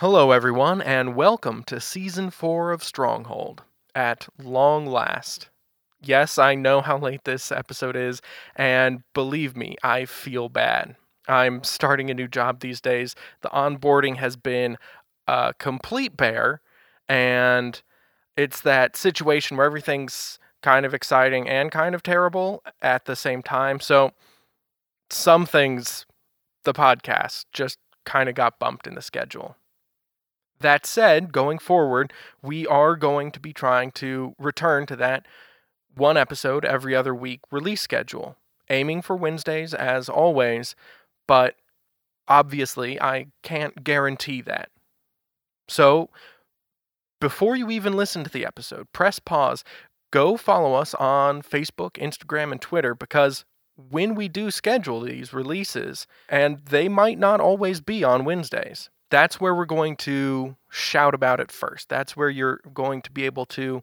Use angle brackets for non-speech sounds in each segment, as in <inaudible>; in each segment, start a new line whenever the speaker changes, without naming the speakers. Hello, everyone, and welcome to Season 4 of Stronghold. At long last. Yes, I know how late this episode is, and believe me, I feel bad. I'm starting a new job these days. The onboarding has been a complete bear, and it's that situation where everything's kind of exciting and kind of terrible at the same time. So, some things, the podcast just kind of got bumped in the schedule. That said, going forward, we are going to be trying to return to that one episode every other week release schedule, aiming for Wednesdays as always, but obviously I can't guarantee that. So, before you even listen to the episode, press pause, go follow us on Facebook, Instagram, and Twitter because when we do schedule these releases, and they might not always be on Wednesdays. That's where we're going to shout about it first. That's where you're going to be able to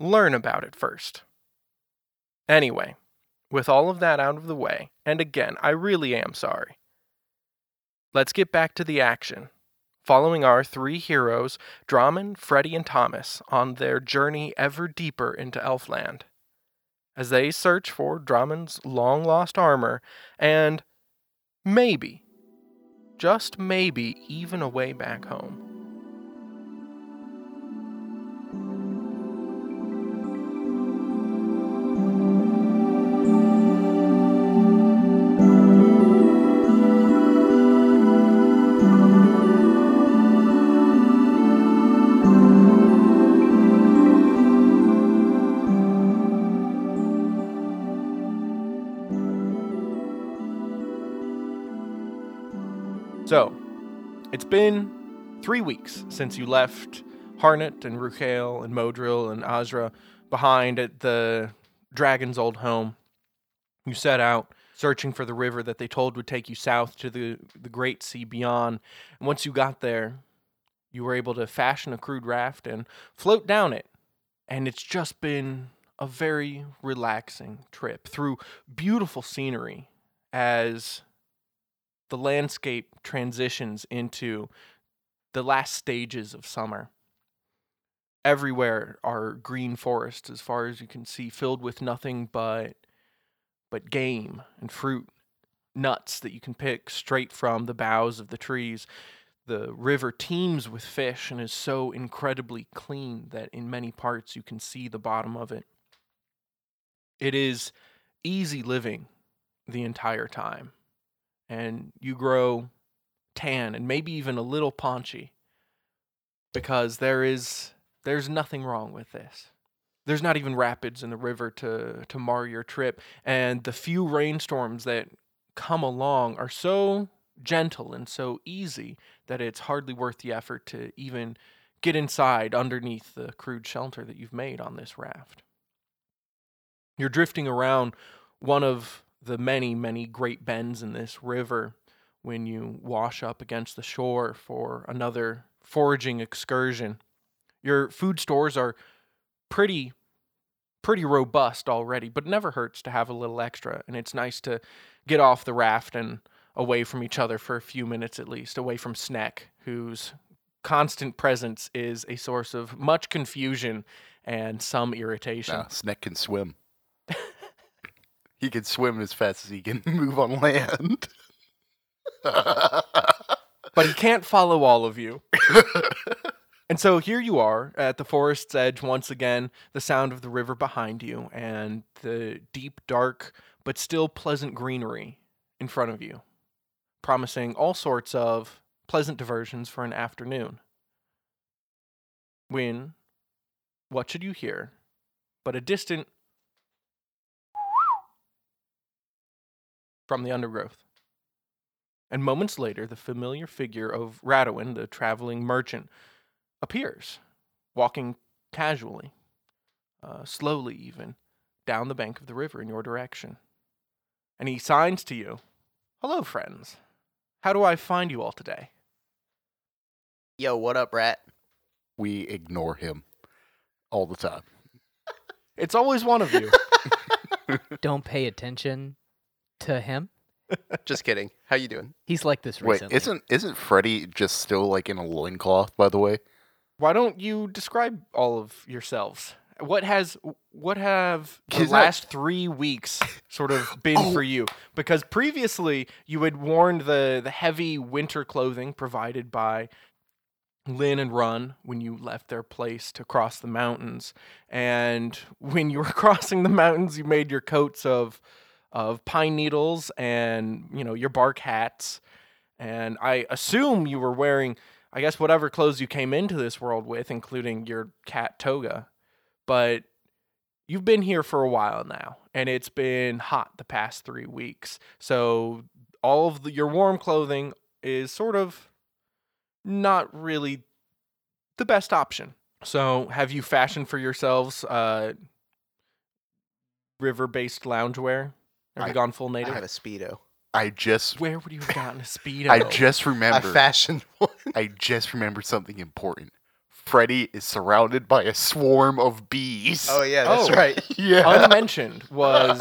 learn about it first. Anyway, with all of that out of the way, and again, I really am sorry. Let's get back to the action, following our three heroes, Draman, Freddy, and Thomas, on their journey ever deeper into Elfland as they search for Drummond's long lost armor and maybe, just maybe, even a way back home. So, it's been three weeks since you left Harnett and Rukael and Modril and Azra behind at the dragon's old home. You set out searching for the river that they told would take you south to the, the great sea beyond. And once you got there, you were able to fashion a crude raft and float down it. And it's just been a very relaxing trip through beautiful scenery as the landscape transitions into the last stages of summer. Everywhere are green forests as far as you can see, filled with nothing but but game and fruit, nuts that you can pick straight from the boughs of the trees. The river teems with fish and is so incredibly clean that in many parts you can see the bottom of it. It is easy living the entire time and you grow tan and maybe even a little paunchy because there is there's nothing wrong with this. There's not even rapids in the river to to mar your trip and the few rainstorms that come along are so gentle and so easy that it's hardly worth the effort to even get inside underneath the crude shelter that you've made on this raft. You're drifting around one of the many, many great bends in this river when you wash up against the shore for another foraging excursion. Your food stores are pretty pretty robust already, but it never hurts to have a little extra and it's nice to get off the raft and away from each other for a few minutes at least, away from Snack, whose constant presence is a source of much confusion and some irritation.
Nah, Snake can swim. <laughs> he can swim as fast as he can <laughs> move on land. <laughs>
but he can't follow all of you. and so here you are at the forest's edge once again, the sound of the river behind you and the deep, dark, but still pleasant greenery in front of you, promising all sorts of pleasant diversions for an afternoon. When, what should you hear but a distant from the undergrowth? And moments later, the familiar figure of Radowin, the traveling merchant, appears, walking casually, uh, slowly even, down the bank of the river in your direction. And he signs to you Hello, friends. How do I find you all today?
Yo, what up, rat?
we ignore him all the time.
It's always one of you.
don't pay attention to him.
<laughs> Just kidding. How you doing?
He's like this
Wait,
recently.
isn't isn't Freddy just still like in a loincloth, by the way?
Why don't you describe all of yourselves? What has what have the
He's not-
last three weeks sort of been
Oh.
for you? Because previously you had worn the the heavy winter clothing provided by Lynn and Run when you left their place to cross the mountains, and when you were <laughs> crossing the mountains, you made your coats of of pine needles and you know your bark hats, and I assume you were wearing I guess whatever clothes you came into this world with, including your cat toga. But you've been here for a while now, and it's been hot the past three weeks. So all of the, your warm clothing is sort of not really the best option. So have you fashioned for yourselves uh, river-based loungewear? Have
I-
you gone full
I
native?
have a speedo.
I just
Where would you have gotten a speedo?
<laughs> I just
I
remembered
fashioned <laughs> one.
I just remembered something important. Freddy is surrounded by a swarm of bees.
Oh yeah, that's
Oh.
right.
<laughs> yeah.
unmentioned was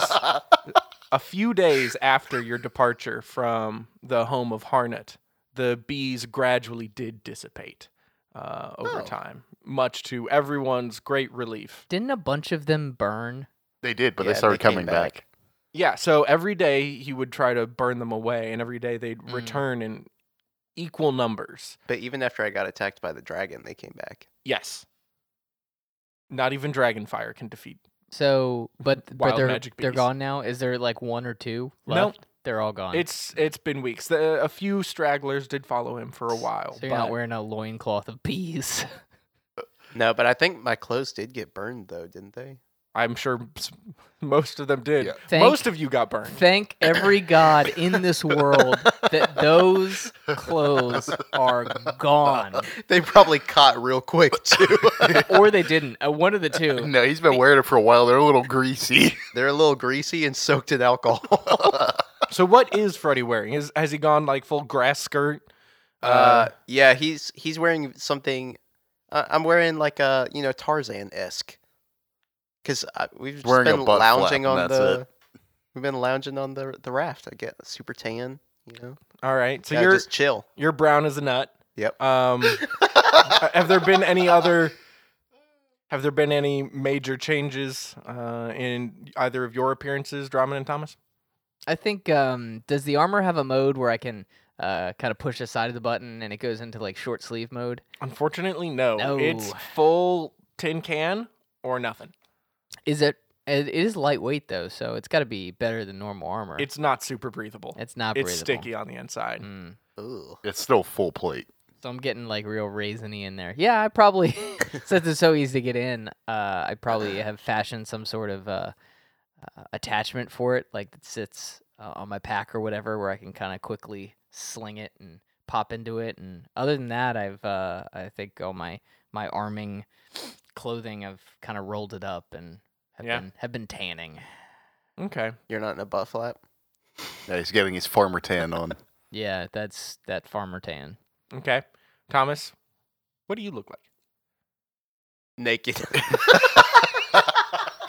a few days after your departure from the home of Harnett, the bees gradually did dissipate uh, over
Oh.
time, much to everyone's great relief.
Didn't a bunch of them burn?
they did, but
Yeah,
they started
they came
coming back.
back.
Yeah, so every day he would try to burn them away, and every day they'd
Mm.
return in equal numbers.
But even after I got attacked by the dragon, they came back.
Yes. Not even Dragonfire can defeat.
So,
<laughs>
but but
Wild
they're
magic
they're
bees.
gone now. Is there like one or two
No.
left? They're all gone.
It's it's been weeks. The, a few stragglers did follow him for a while.
so you're not
but-
wearing a loincloth of bees. <laughs>
No, but I think my clothes did get burned though, didn't they?
I'm sure s- most of them did.
Yeah.
Thank-
Most of you got burned.
Thank every god in this world that those clothes are
<laughs>
gone,
<laughs> They probably caught real quick <laughs> too.
or they didn't. Uh, one of the two.
No, he's been wearing it for a while. They're a little greasy. <laughs>
They're a little greasy and soaked in alcohol.
<laughs>
<laughs>
So what is Freddy wearing? Is has he gone like full grass skirt?
Uh, yeah, he's he's wearing something. Uh, I'm wearing like a you know Tarzan esque, because we've just
Wearing a
been
butt flap
lounging
and
on
that's
the. We've been lounging on the the raft. I get super tan, you know.
all right. So
Gotta
you're
just chill.
you're brown as a nut.
Yep.
Um, have there been any other? Have there been any major changes uh, in either of your appearances, Drummond and Thomas?
I think. Um, does the armor have a mode where I can uh, kind of push the side of the button and it goes into like short sleeve mode?
Unfortunately, no.
No.
It's full tin can or nothing.
Is it? It it is lightweight though, so it's got to be better than normal armor.
It's not super breathable.
it's not.
It's
breathable.
sticky on the inside.
Mm.
Ooh.
It's still full plate.
So I'm getting like real raisiny in there. Yeah, I probably <laughs> since it's so easy to get in, uh, I
<laughs>
probably have fashioned some sort of uh, uh, attachment for it, like that sits uh, on my pack or whatever, where I can kind of quickly sling it and pop into it. And other than that, I've uh, I think all my my arming clothing, I've kind of rolled it up and have
Yeah.
been have been tanning.
Okay.
You're not in a butt flap.
Yeah, he's getting his farmer tan <laughs> on.
Yeah, that's that farmer tan.
Okay. Thomas, what do you look like?
Naked.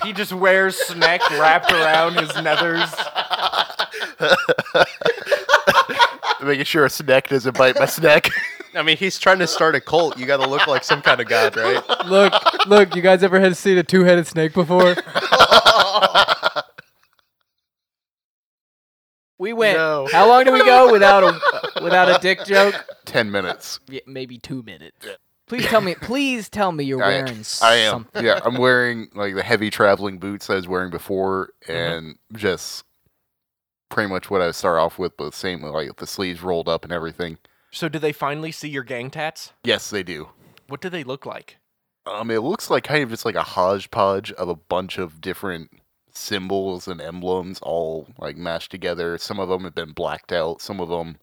He just wears snack wrapped around his nethers.
<laughs> Making sure a snack doesn't bite my <laughs> snack.
<laughs> I mean, he's trying to start a cult. You got to look like some kind of
<laughs>
god, right?
look, look, you guys ever had seen a two headed snake before? We went.
No.
How long do we go without
<laughs>
a without a dick joke?
Ten minutes.
Yeah, maybe two minutes. Please tell me. Please tell me you're
I-
wearing
I am.
something.
Yeah, I'm wearing like the heavy traveling boots I was wearing before, and just pretty much what I start off with, but same with, like the sleeves rolled up and everything.
So, do they finally see your gang tats?
Yes, they do.
What do they look like?
Um, it looks like kind of just like a hodgepodge of a bunch of different symbols and emblems all like mashed together. Some of them have been blacked out. Some of them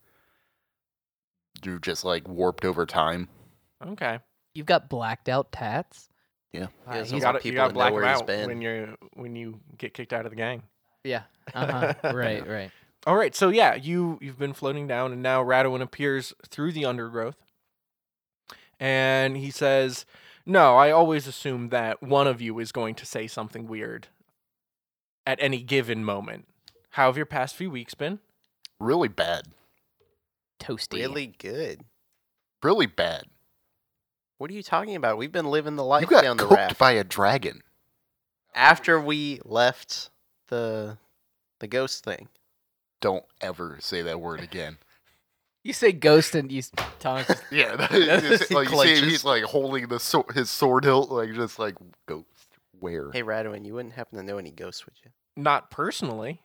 do just like warped over time.
Okay.
You've got blacked out tats.
Yeah,
You
he's
got
people
you gotta
to know
black 'em
where he's
out
been.
when you when you get kicked out of the gang.
Yeah. <laughs> Uh-huh. right. Right.
All right, so yeah, you you've been floating down, and now Radowin appears through the undergrowth, and he says, "No, I always assume that one of you is going to say something weird at any given moment. How have your past few weeks been?
really bad.
Toasty.
Really good.
Really bad.
What are you talking about? We've been living the life
you got
down the
cooked
raft.
by a dragon.
After we left the the ghost thing.
Don't ever say that word again.
You say ghost and you s- Thomas. just-
Yeah, <laughs> that is just,
He
like you see him,
clenches.
he's like holding the sword, his sword hilt, like just like ghost. Where?
Hey Radwin, you wouldn't happen to know any
<laughs>
ghosts, would you?
Not personally.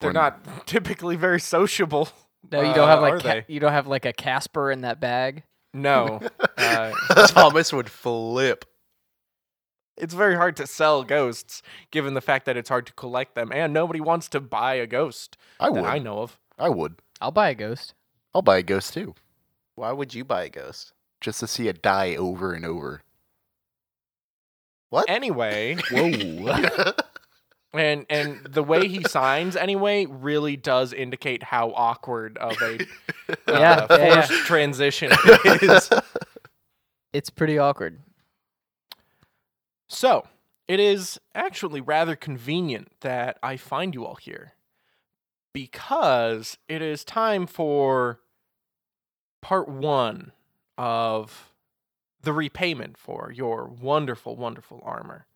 They're
Or-
not <laughs> typically very sociable.
No, you don't have
Uh,
like
are
ca-
they?
you don't have like a Casper in that bag.
<laughs>
No. Uh,
Thomas would flip.
it's very hard to sell ghosts given the fact that it's hard to collect them and nobody wants to buy a ghost
I
that
would.
I know of.
I would.
I'll buy a ghost.
I'll buy a ghost too,
Why would you buy a ghost?
just to see it die over and over. <laughs>
Anyway,
Whoa.
and and the way he signs anyway really does indicate how awkward of
<laughs>
a uh,
Yeah, yeah, yeah.
forced transition <laughs> it is.
it's pretty awkward.
So, it is actually rather convenient that I find you all here because it is time for part one of the repayment for your wonderful, wonderful armor.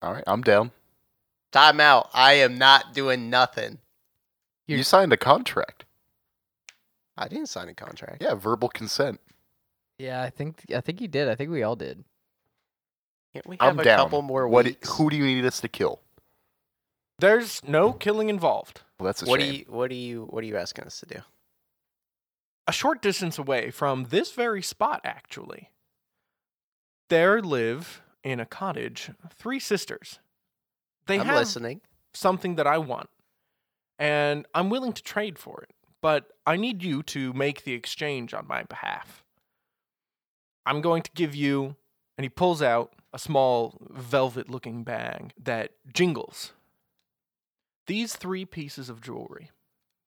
All right, I'm down.
Time out. I am not doing nothing.
You-
You signed a contract.
I didn't sign a contract.
Yeah, verbal consent.
Yeah, I think I think you did. I think we all did.
Can't we have
I'm
a
down.
couple more
what?
weeks?
Who do you need us to kill?
There's no killing involved.
Well, that's a
what
shame.
do you what do you what are you asking us to do?
A short distance away from this very spot, actually, there live in a cottage three sisters. They
I'm
have
listening.
something that I want, and I'm willing to trade for it, but I need you to make the exchange on my behalf. I'm going to give you, and he pulls out a small velvet looking bag that jingles. These three pieces of jewelry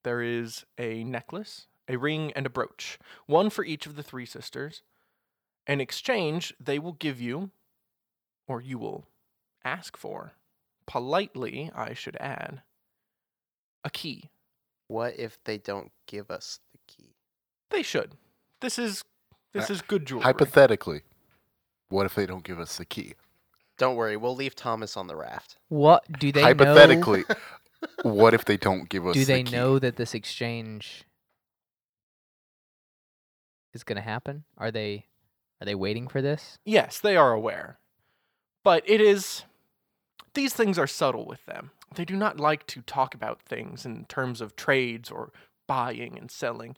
there is a necklace, a ring, and a brooch, one for each of the three sisters. In exchange, they will give you, or you will ask for, politely, I should add, a key.
What if they don't give us the key?
They should. This is this
Uh,
is good jewelry.
Hypothetically, what if they don't give us the key?
Don't worry, we'll leave Thomas on the raft.
What do they
Hypothetically, what if they don't give
Know,
us?
do they
the key?
know that this exchange is going to happen? Are they are they waiting for this?
yes, they are aware. But it is these things are subtle with them. They do not like to talk about things in terms of trades or buying and selling.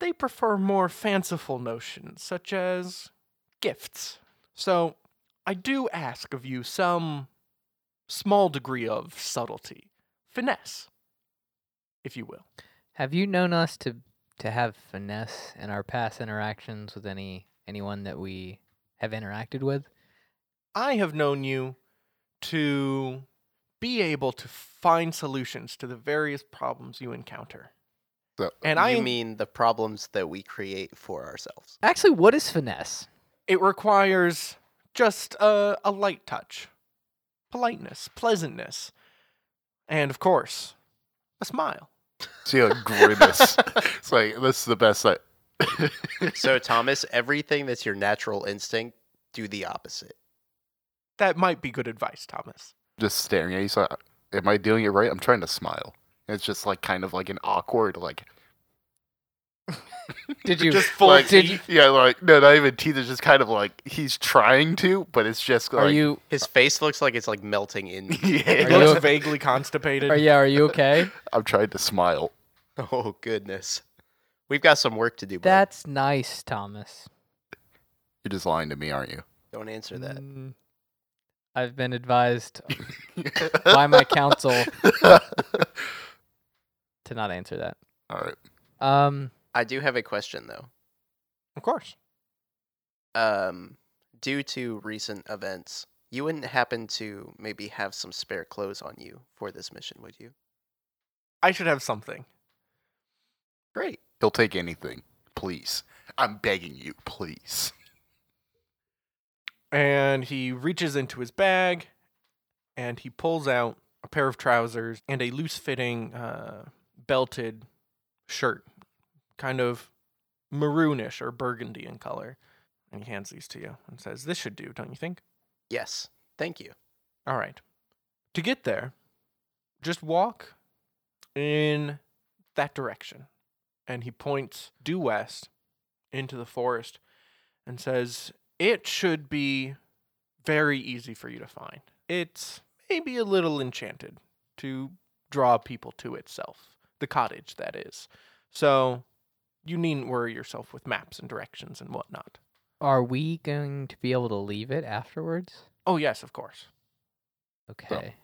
They prefer more fanciful notions such as gifts. So, I do ask of you some small degree of subtlety, finesse, if you will.
Have you known us to to have finesse in our past interactions with any anyone that we have interacted with?
I have known you to be able to find solutions to the various problems you encounter.
So,
and
you
I
mean the problems that we create for ourselves.
Actually, what is finesse?
it requires just a, a light touch, politeness, pleasantness, and of course, a smile.
See a grimace. it's like this is the best. I <laughs>
so Thomas, everything that's your natural instinct, do the opposite.
That might be good advice, Thomas.
just staring at you. So, am I doing it right? I'm trying to smile. It's just like kind of like an awkward like. <laughs>
Did you
just full e
did
teeth.
you-
yeah, like no, not even teeth. It's just kind of like he's trying to, but it's just like
are you
His face looks like it's like melting in.
It
<laughs> yeah.
Are you-
looks vaguely constipated.
are yeah, are
<laughs>
you okay?
I'm trying to smile.
oh goodness. We've got some work to do, bud.
That's nice, Thomas.
You're just lying to me, aren't
<laughs>
you?
Don't answer that.
Mm, I've
<laughs>
been advised by my counsel
All
to not answer that.
right.
Um,
I do have a question though.
Of course.
um, due to recent events, you wouldn't happen to maybe have some spare clothes on you for this mission, would you?
I should have something.
Great.
He'll take anything. Please. I'm begging you, please.
and he reaches into his bag and he pulls out a pair of trousers, and a loose fitting uh, belted shirt, kind of maroonish or burgundy in color. And he hands these to you and says, This should do, don't you think?
Yes. Thank you.
All right. To get there, just walk in that direction. And he points due west into the forest and says, It should be very easy for you to find. It's maybe a little enchanted to draw people to itself, the cottage, that is. So you needn't worry yourself with maps and directions and whatnot.
Are we going to be able to leave it afterwards?
Oh, yes, of course.
Okay.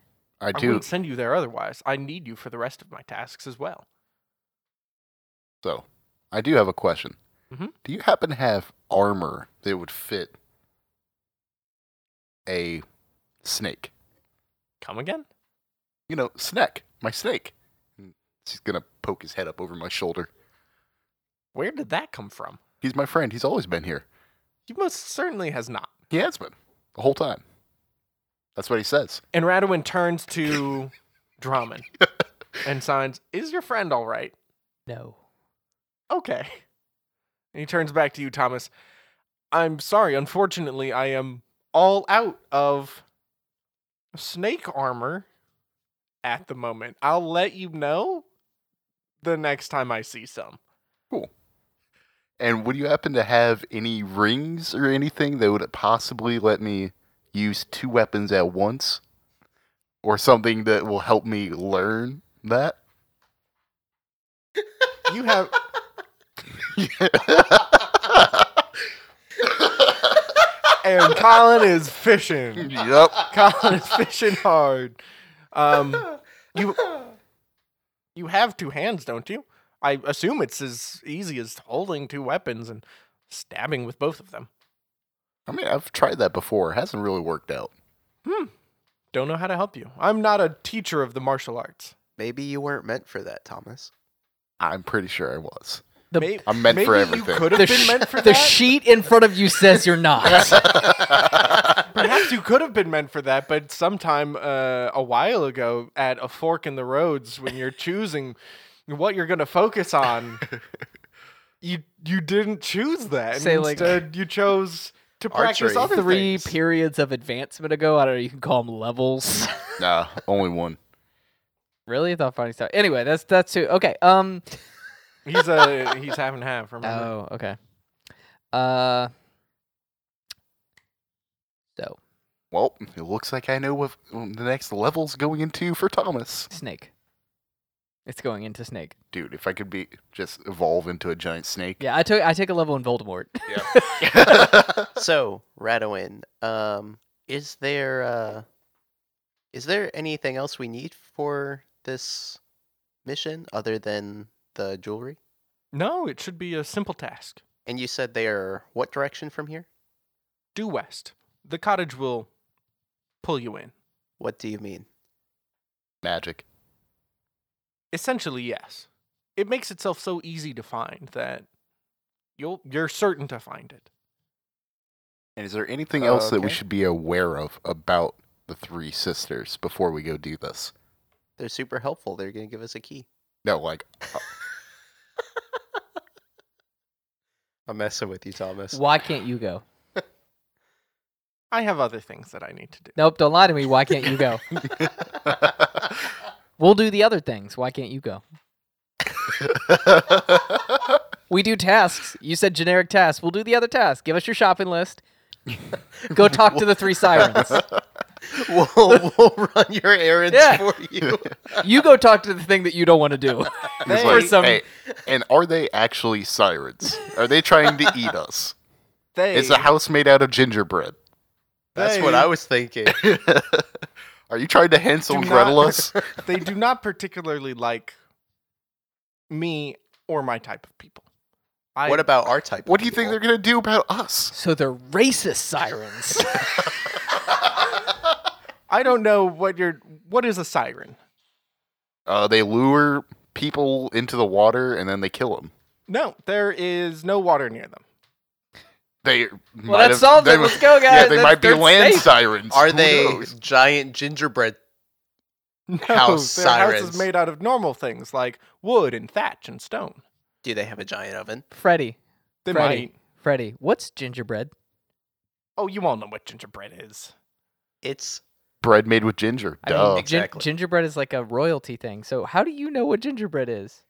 I
I,
do.
wouldn't send you there otherwise. I need you for the rest of my tasks as well.
So, I do have a question.
Mm-hmm.
Mhm.
Do you happen to have armor that would fit a snake?
Come again?
You know, snake, my snake. And He's gonna poke his head up over my shoulder.
Where did that come from?
He's my friend. He's always been here.
He most certainly has not.
He has been the whole time. That's what he says.
And Radwin turns to Draman and signs, Is your friend all right?
No.
Okay. And he turns back to you, Thomas. I'm sorry. Unfortunately, I am all out of snake armor at the moment. I'll let you know the next time I see some.
And would you happen to have any rings or anything that would possibly let me use two weapons at once? Or something that will help me learn that?
You
<laughs>
have and Colin is fishing.
yep.
Colin is fishing hard. Um, you you have two hands, don't you? I assume it's as easy as holding two weapons and stabbing with both of them.
I mean, I've tried that before. It hasn't really worked out.
Don't know how to help you. I'm not a teacher of the martial arts.
Maybe you weren't meant for that, Thomas.
I'm pretty sure I was.
The-
May-
I'm meant
maybe
for
You
everything. <laughs>
could have
The,
been
sh-
meant for
the
that.
sheet in front of you says you're <laughs> not.
Perhaps you could have been meant for that, but sometime uh, a while ago at a fork in the roads when you're choosing what you're going to focus <laughs> on, you you didn't choose that.
Say, like-
Instead, you chose to practice
Archery.
other
Three
things.
periods of advancement ago. I don't know. You can call them levels. <laughs>
Nah, only one.
really? I thought funny stuff. Anyway, that's that's too. Okay. Um.
he's
<laughs>
a he's half and half. Remember?
Oh. Okay. Uh. So
Well, it looks like I know what the next level's going into for Thomas.
snake. It's going into snake.
Dude, if I could be just evolve into a giant snake.
Yeah, I took I take a level in Voldemort.
Yeah.
so, Radowin, um, is there uh, is there anything else we need for this mission other than the jewelry?
No, it should be a simple task.
And you said they are what direction from here?
Due west. The cottage will pull you in.
What do you mean?
<laughs> Magic.
Essentially, yes. It makes itself so easy to find that you'll you're certain to find it.
And is there anything else that we
Okay.
should be aware of about the three sisters before we go do this?
They're super helpful. They're going to give us a key.
No, like <laughs>
I'm messing with you, Thomas.
Why can't you go?
I have other things that I need to do.
Nope, don't lie to me. Why can't you <laughs> go? We'll do the other things. Why can't you go? We do tasks. You said generic tasks. We'll do the other tasks. Give us your shopping list. Go talk to the three sirens.
we'll, <laughs> we'll run your errands
Yeah.
for you.
You go talk to the thing that you don't want to do.
He's
They-
like,
For some-
"Hey, and are they actually sirens? Are they trying to
<laughs>
eat us?
They,
Is the house made out of gingerbread?
That's what
They-
I was thinking.
Are you trying to Hansel
Do
and Gretel
not- <laughs>
us?
<laughs> they do not particularly like me or my type of people. I,
what about our type? of
What do you think
people?
they're gonna do about us?
So they're racist <laughs> sirens.
I don't know what you're. What is a siren?
<laughs> Uh, they lure people into the water and then they kill them.
No, there is no water near them. <laughs>
They
well,
might
that
have-
solves
they
it.
mi-
Let's go, guys.
Yeah, they
That's
might be
third
land
state.
sirens.
Are
Who
they
knows?
giant gingerbread
No,
House
their house is
sirens.
made out of normal things like wood and thatch and stone.
Do they have a giant oven?
Freddy,
They
Freddy.
might.
Freddy, what's gingerbread?
Oh, you all know what gingerbread is.
It's
Bread made with ginger.
I
Duh.
mean, gin-
Exactly.
gingerbread is like a royalty thing. So how do you know what gingerbread is?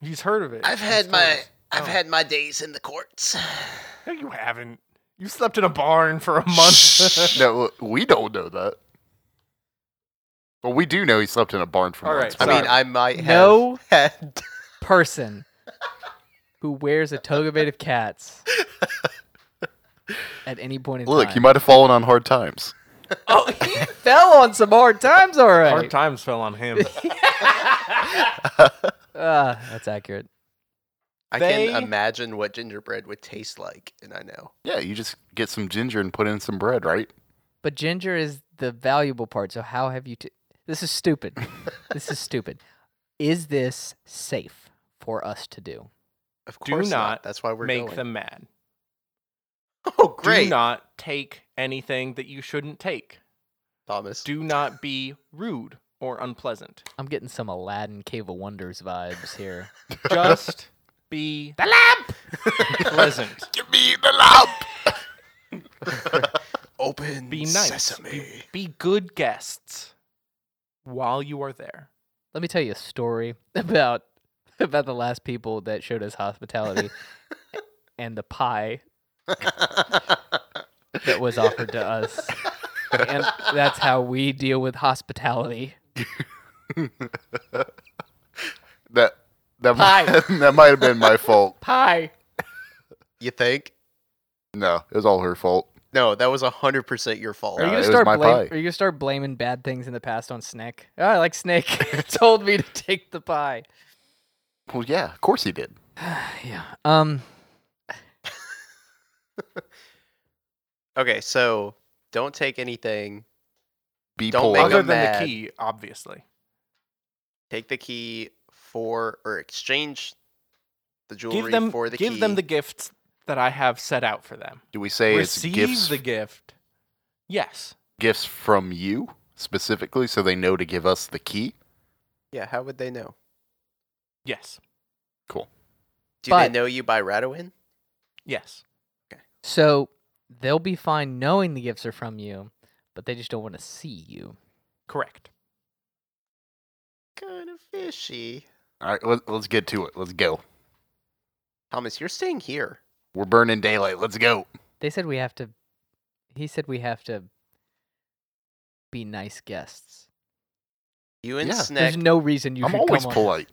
He's heard of it.
<gasps> I've
in
had my
stores.
I've
Oh.
had my days in the courts.
No, you haven't. You slept in a barn for a <laughs>
<laughs>
month.
<laughs> no, we don't know that. But we do know he slept in a barn for
All
months.
right,
I mean,
Sorry.
I might have
No.
<laughs> had
Person who wears a toga made of
<laughs>
cats at any point in
Look,
time.
you might have fallen on hard times.
Oh, he fell on some hard times already.
Hard times fell on him.
Ah, that's accurate.
I
They-
can imagine what gingerbread would taste like, and I know.
Yeah, you just get some ginger and put in some bread,
<laughs>
right?
But ginger is the valuable part. So how have you? T- this is stupid.
<laughs>
this is stupid. Is this safe for us to do?
Of
Do
course
not
That's why we're
Make
going.
them mad.
Oh, great,
Do not take anything that you shouldn't take.
Thomas.
Do not be rude or unpleasant.
I'm getting some Aladdin Cave of Wonders
<laughs>
vibes here.
<laughs>
Just be the lamp pleasant.
<laughs> Give me the lamp.
Open
Be nice.
sesame. <laughs>
Be, <laughs> be good guests while you are there.
Let me tell you a story about about the last people that showed
<laughs>
us hospitality and the pie that was offered to us. And that's how we deal with hospitality.
That that
Hi.
might, <laughs> that might have been my fault.
Pie.
you think?
No, it was all her fault.
No, that was hundred percent your fault.
Are
Uh,
you gonna
it was
start
my
blame-
pie.
Are you gonna start blaming bad things in the past on Snake? Oh, I like Snake. <laughs> told me to take the pie.
Well, yeah, of course he did.
<sighs> Yeah. Um.
Okay, so don't take anything.
Be
Don't make
polite.
Other
them
than
mad.
the key, obviously.
Take the key for or exchange the jewelry
Give them
for the
give
key.
them the gifts that I have set out for them.
Do we say it's
Receive
gifts
the gift. Yes.
gifts from you specifically, so they know to give us the key?
Yeah, how would they know?
Yes.
Do
But-
they know you by Radowin?
Yes.
So they'll be fine knowing the gifts are from you, but they just don't want to see you.
Correct.
Kind of fishy.
All right, let, let's get to it. Let's go.
Thomas, you're staying here.
We're burning daylight. Let's go.
They said we have to. He said we have to be nice guests.
You and
Yeah. There's
Sneck,
There's no reason you
I'm
should
always
come on-
polite.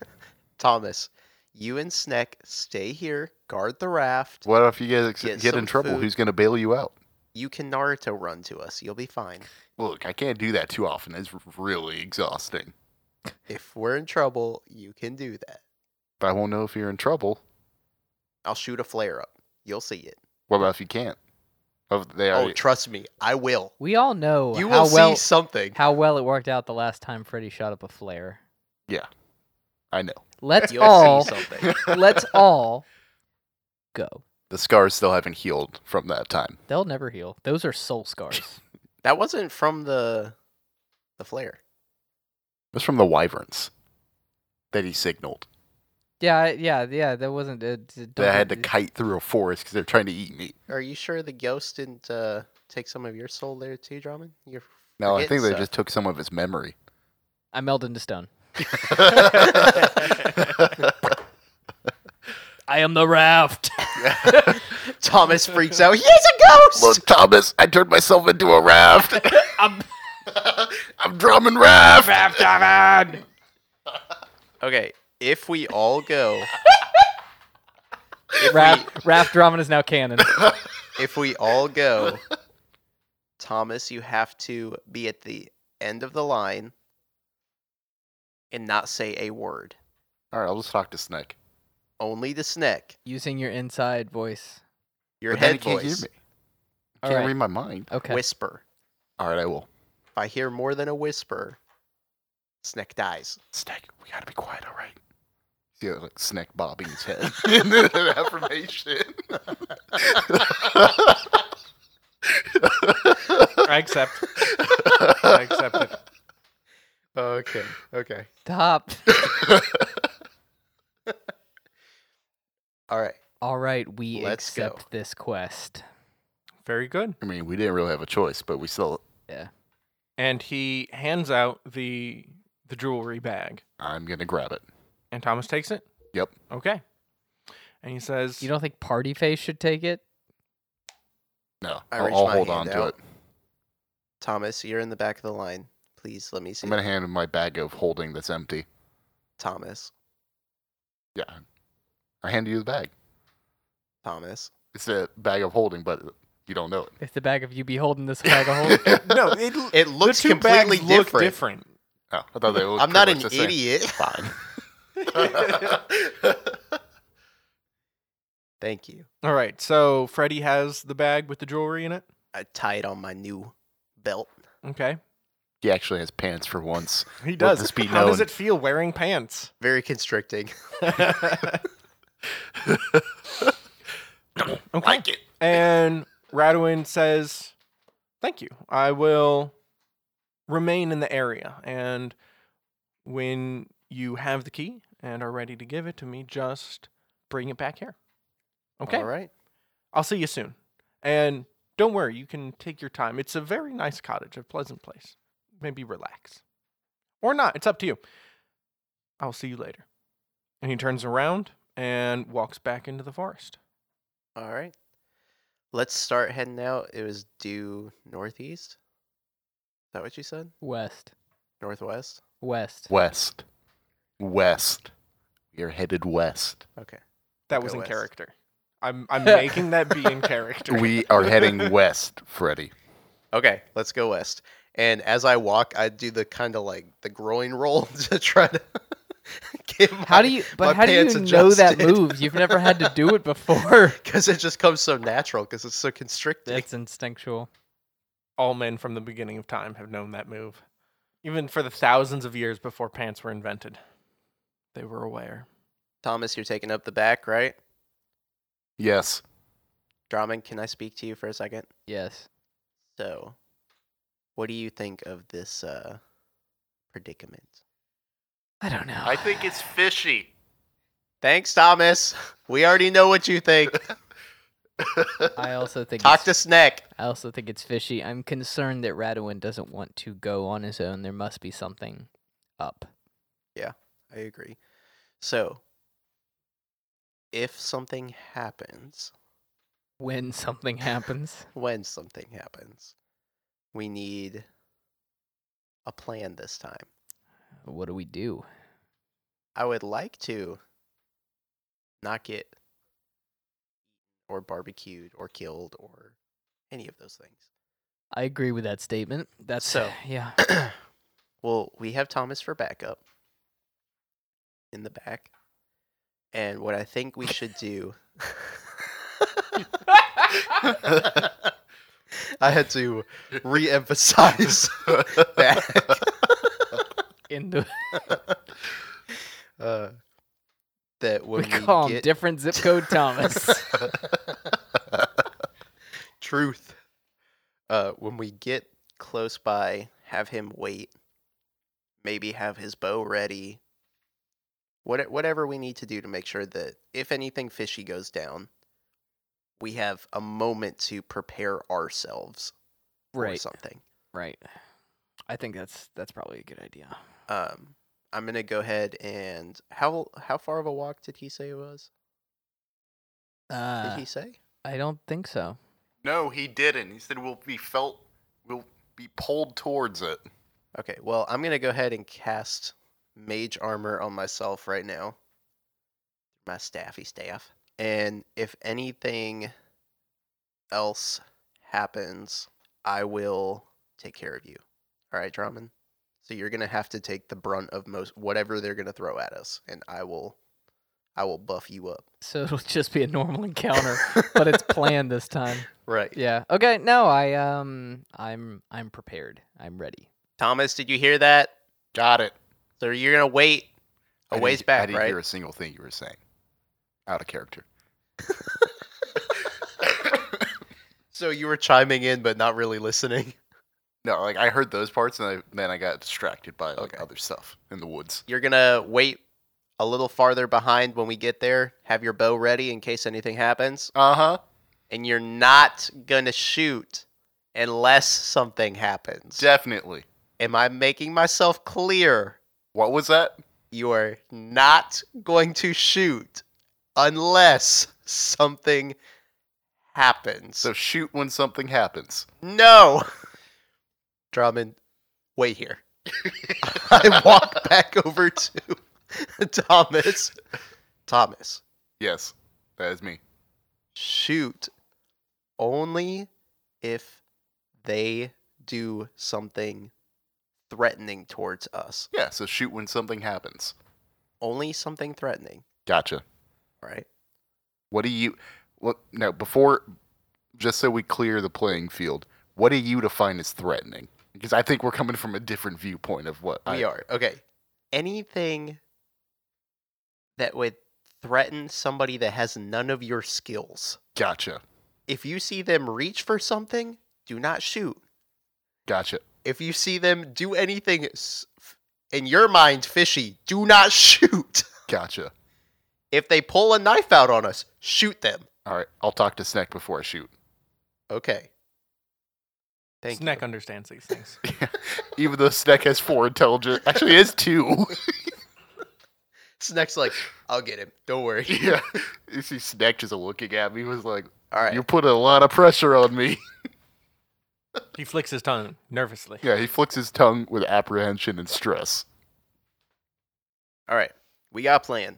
Thomas, you and Sneck stay here, guard the raft.
What if you guys ex-
Get
get,
some
in trouble?
food.
Who's going to bail you out?
You can Naruto run to us. You'll be fine.
Look, I can't do that too often. It's really exhausting.
If we're in trouble, you can do that.
But I won't know if you're in trouble.
I'll shoot a flare up. You'll see it.
What about if you can't? Oh, they
Oh,
already,
trust me, I will.
We all
Oh,
know
You
how
will
well
see something.
how well it worked out the last time Freddy shot up a flare.
I know.
Let's
<laughs> You'll
all
<laughs>
see something.
<laughs> let's all go.
The scars still haven't healed from that time.
They'll never heal. Those are
<laughs>
soul scars.
That wasn't from the the flare.
It's from the wyverns that he signaled.
yeah, I- yeah, yeah. That wasn't. Uh, d-
That
don't-
I had to kite through a forest because they're trying to eat me.
Are you sure the ghost didn't uh, take some of your soul there too, Drummond? You're
No, I
Forget
think they
stuff.
just took some of his <laughs> memory.
I melded into stone. I am
<laughs>
the raft.
Thomas freaks out. He's a ghost.
Look, Thomas, I turned myself into a raft. <laughs>
I'm-
I'm drumming raft.
Okay, if we all go,
raft, raft Drummond is now canon.
if we all go, Thomas, you have to be at the end of the line and not say a word.
All right, I'll just talk to Snake.
Only the snack.
Using your inside voice.
Your
but then he
head
can't
voice.
hear me.
All
can't
right.
read my mind.
Okay.
Whisper.
All right, I will.
If I hear more than a whisper, Sneck dies.
Snake, we gotta be quiet, all right? See, how, like Snake bobbing his head <laughs> in the <laughs> affirmation.
I accept. I accept it.
Okay. Okay.
Stop. <laughs>
<laughs>
All right.
All right, we
Let's go.
accept this quest.
Very good.
I mean, we didn't really have a choice, but we still.
And he hands out the the jewelry bag.
I'm gonna grab it.
And Thomas takes it?
Yep.
Okay. And he says,
You don't think Party Face should take it?
No,
I
I'll,
reach
I'll
my
hold on
hand
to
out.
it.
Thomas, you're in the back of the line. Please let me see.
I'm gonna hand him my bag of holding that's empty.
Thomas.
Yeah, I hand you the bag.
Thomas.
It's a bag of holding, but you don't know it.
It's the bag of you be holding
<laughs>
this bag of hold.
<laughs>
<laughs>
No, it,
It looks
the two
completely
bags look
different.
different.
Oh, I thought they were.
I'm
pretty
not
much
an
the same.
idiot.
Fine.
Thank you.
All right, so Freddy has the bag with the jewelry in it.
I tie it on my new belt.
Okay,
<laughs> he actually has pants for once.
he
does.
does.
this be
How does
known?
it feel wearing pants?
<laughs> Very constricting.
okay,
Like it.
and Radwin says, "Thank you. I will remain in the area, and when you have the key and are ready to give it to me, just bring it back here. Okay,
All right.
I'll see you soon. And don't worry, you can take your time. It's a very nice cottage, a pleasant place. Maybe relax. Or not, it's up to you. I'll see you later. And he turns around and walks back into the forest.
All right. Let's start heading out. It was due northeast. Is that what you said?
West.
Northwest?
West.
West. West. You're headed
<laughs>
west.
Okay.
That
Okay,
was in
Wes.
character. I'm I'm making that be in character.
We are heading west, Freddy.
Okay, let's go west. And as I walk, I do the kind of like the groin roll <laughs> to try to get my,
How do
<laughs>
you?
my
But how do you
pants
know that
adjusted.
move? You've never had to do
<laughs>
it before. <laughs>
Because it just comes so natural because it's so constricting.
That's instinctual.
All men from the beginning of time have known that move. Even for the thousands of years before pants were invented. They were aware.
Thomas, you're taking up the back, right?
Yes.
Drummond, can I speak to you for a second?
Yes.
So, what do you think of this uh, predicament?
I don't know.
think it's fishy.
Thanks, Thomas. <laughs> We already know what you <laughs> think.
I also think.
Talk
it's-
to Snack.
I also think it's fishy. I'm concerned that Radowin doesn't want to go on his own. There must be something up.
I agree. So, if something happens,
When something <laughs> happens,
when something happens, we need a plan this time.
what do we do?
I would like to not get or barbecued or killed or any of those things.
I agree with that statement. That's
So-
<sighs> yeah.
well, we have Thomas for backup in the back. And what I think we should do. <laughs> I had to re <laughs> emphasize that.
In the
<laughs> Uh, that <laughs>
we
when we,
call him
get
different
<laughs>
zip code Thomas. <laughs>
truth, uh, when we get close by, have him wait. Maybe have his bow ready. What, whatever we need to do to make sure that if anything fishy goes down, we have a moment to prepare ourselves for
right.
something.
Right. I think that's that's probably a good idea.
Um, I'm gonna go ahead and how how far of a walk did he say it was? Did
Uh,
he say?
I don't think so.
no, he didn't. He said we'll be felt, we'll be pulled towards it.
Okay, well, I'm gonna go ahead and cast mage armor on myself right now. My staffy staff. And if anything else happens, I will take care of you. All right, Drummond. So you're gonna have to take the brunt of most whatever they're gonna throw at us, and I will, I will buff you up.
So it'll <laughs> just be
<laughs>
a normal encounter, but it's planned this time.
right.
Yeah. Okay. No, I um, I'm I'm prepared. I'm ready.
Thomas, did you hear that?
Got it.
So you're gonna wait
I
a
didn't
ways
he- I
back,
didn't
right?
hear
<laughs>
a single thing you were saying. Out of character.
So you were chiming in, but not really listening.
No, like I heard those parts, and I, then I got distracted by like
Okay.
other stuff in the woods.
You're gonna wait a little farther behind when we get there. Have your bow ready in case anything happens,
Uh huh.
and you're not gonna shoot unless something happens.
Definitely.
Am I making myself clear?
What was that?
You are not going to shoot unless something happens.
So shoot when something <laughs> happens.
No. <laughs> Drummond, wait here. <laughs> I walk back over to <laughs> Thomas. Thomas,
Yes, that is me.
shoot only if they do something threatening towards us.
Yeah. So shoot when something happens.
Only something threatening,
Gotcha.
right?
What do you? What? No. Before, just so we clear the playing field, what do you define as threatening? Because I think we're coming from a different viewpoint of what
We
I,
are. Okay. Anything that would threaten somebody that has none of your skills.
Gotcha.
If you see them reach for something, do not shoot.
Gotcha.
if you see them do anything s- f- in your mind fishy, do not <laughs> shoot.
Gotcha.
If they pull a knife out on us, shoot them.
All right. I'll talk to Snack before I shoot.
Okay. Thank
Snack
you.
understands these things.
Even though Snack has four intelligence, actually, has
<laughs>
two.
Snack's like, I'll get him. Don't
<laughs>
worry.
yeah. You see, Snack just looking at me was like,
All right.
"You put a lot of pressure on me."
He flicks his tongue nervously.
yeah. He flicks his tongue with apprehension and stress.
All right. We got a plan.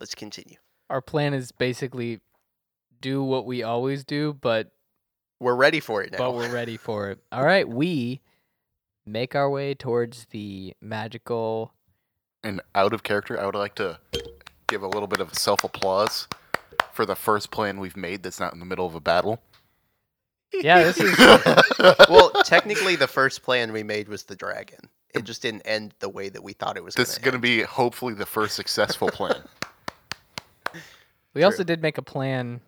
Let's continue.
Our plan is basically do what we always do, but
We're ready for it now. <laughs>
but we're ready for it. All right, we make our way towards the magical.
And out of character, I would like to give a little bit of self applause for the first plan we've made that's not in the middle of a <laughs> battle.
Yeah, this is
well, technically, the first plan we made was the dragon. It just didn't end the way that we thought it
<laughs>
was
this is
going
going to be hopefully the first successful plan.
We also did make a plan.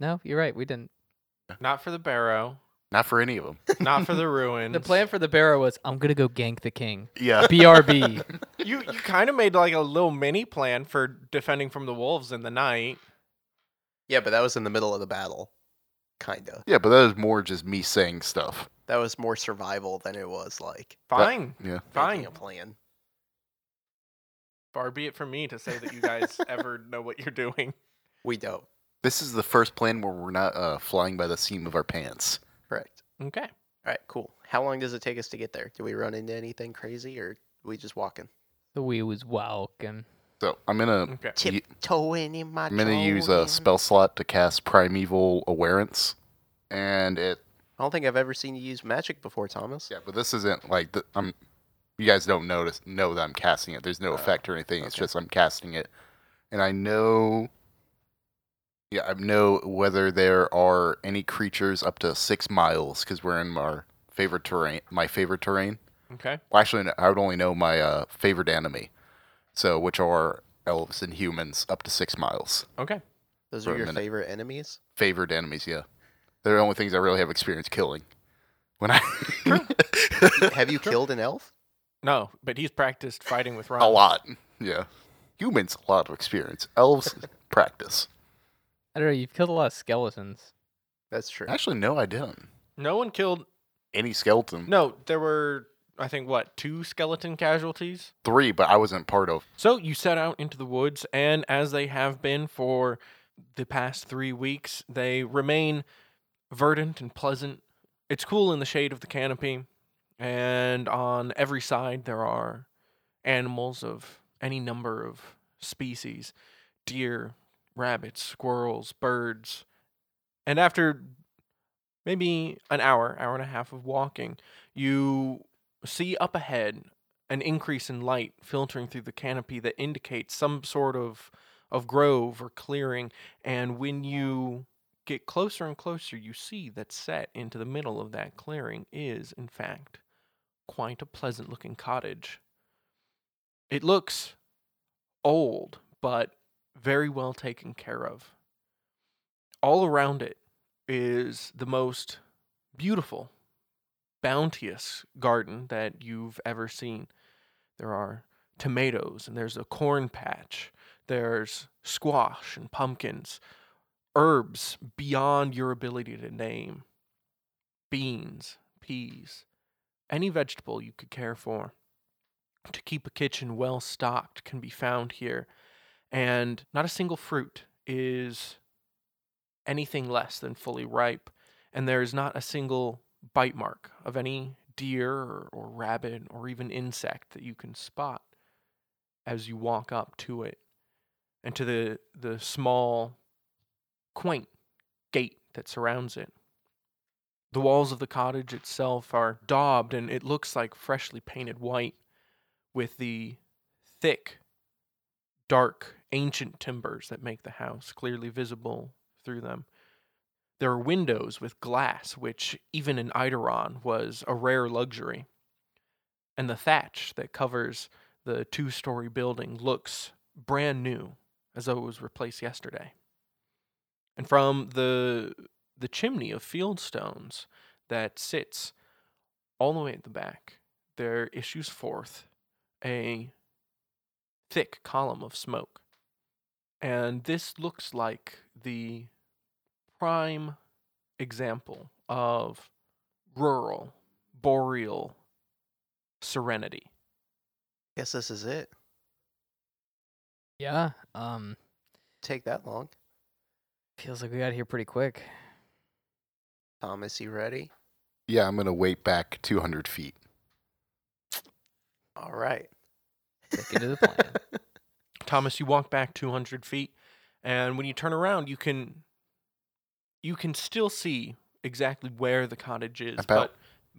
No, you're right. We didn't.
Not for the barrow.
<laughs> not for any of them.
Not for the ruins.
The plan for the barrow was I'm gonna go gank the king. <laughs>
Yeah.
BRB.
You you kind of made like a little mini plan for defending from the wolves in the night.
Yeah, but that was in the middle of the battle. Kind of.
Yeah, but that is more just me saying stuff.
That was more survival than it was like
Fine,
Yeah.
making
fine.
a plan.
Far be it from me to say that you guys ever know what you're doing.
We don't.
This is the first plan where we're not uh, flying by the seam of our pants.
Correct.
Okay.
All right, cool. How long does it take us to get there? Do we run into anything crazy or we just walking?
so we was walking.
So I'm gonna
Okay.
Ye-
Tiptoeing in my
I'm gonna use a
jogging.
spell slot to cast primeval awareness, and it
I don't think I've ever seen you use magic before, Thomas.
yeah, but this isn't like the, I'm. You guys don't notice know that I'm casting it. There's no
Oh,
effect or anything. It's
okay.
just I'm casting it, and I know. Yeah, I know whether there are any creatures up to six miles because we're in our favorite terrain. My favorite terrain.
Okay.
Well, actually, no, I would only know my uh, favorite enemy, so which are elves and humans up to six miles.
Okay.
Those
For
are
a
your
minute. <laughs>
favorite enemies?
Favorite enemies, yeah. They're the only things I really have experience killing. When I <laughs>
Have you killed an elf?
No, but he's practiced fighting with Ron.
a lot, yeah. Humans, a lot of experience. Elves, <laughs> practice.
I don't know. You've killed a lot of skeletons.
That's true.
Actually, no, I didn't.
No one killed.
Any skeleton,
No, there were I think what two skeleton casualties.
three, but I wasn't part of.
So you set out into the woods, and as they have been for the past three weeks, they remain verdant and pleasant. It's cool in the shade of the canopy, and on every side there are animals of any number of species deer, rabbits, squirrels, birds. And after maybe an hour, hour and a half of walking, you see up ahead an increase in light filtering through the canopy that indicates some sort of of grove or clearing and when you get closer and closer you see that set into the middle of that clearing is in fact quite a pleasant looking cottage it looks old but very well taken care of all around it is the most beautiful bounteous garden that you've ever seen. There are tomatoes, and there's a corn patch, there's squash and pumpkins, herbs beyond your ability to name, beans, peas, any vegetable you could care for. To keep a kitchen well stocked can be found here, and not a single fruit is anything less than fully ripe, and there is not a single bite mark of any deer or, or rabbit or even insect that you can spot as you walk up to it and to the, the small, quaint gate that surrounds it. The walls of the cottage itself are daubed and it looks like freshly painted white with the thick, dark, ancient timbers that make the house clearly visible through them. There are windows with glass, which even in Eideron was a rare luxury. And the thatch that covers the two story building looks brand new, as though it was replaced yesterday. And from the the chimney of fieldstones that sits all the way at the back, there issues forth a thick column of smoke. And this looks like the prime example of rural, boreal serenity.
Guess this is it.
Yeah. Um.
Take that long.
Feels like we got here pretty quick.
Thomas, you ready?
Yeah, I'm gonna wait back 200 feet.
All right.
Stick into the <laughs> plan.
Thomas, you walk back 200 feet, and when you turn around, you can you can still see exactly where the cottage is,
About-
but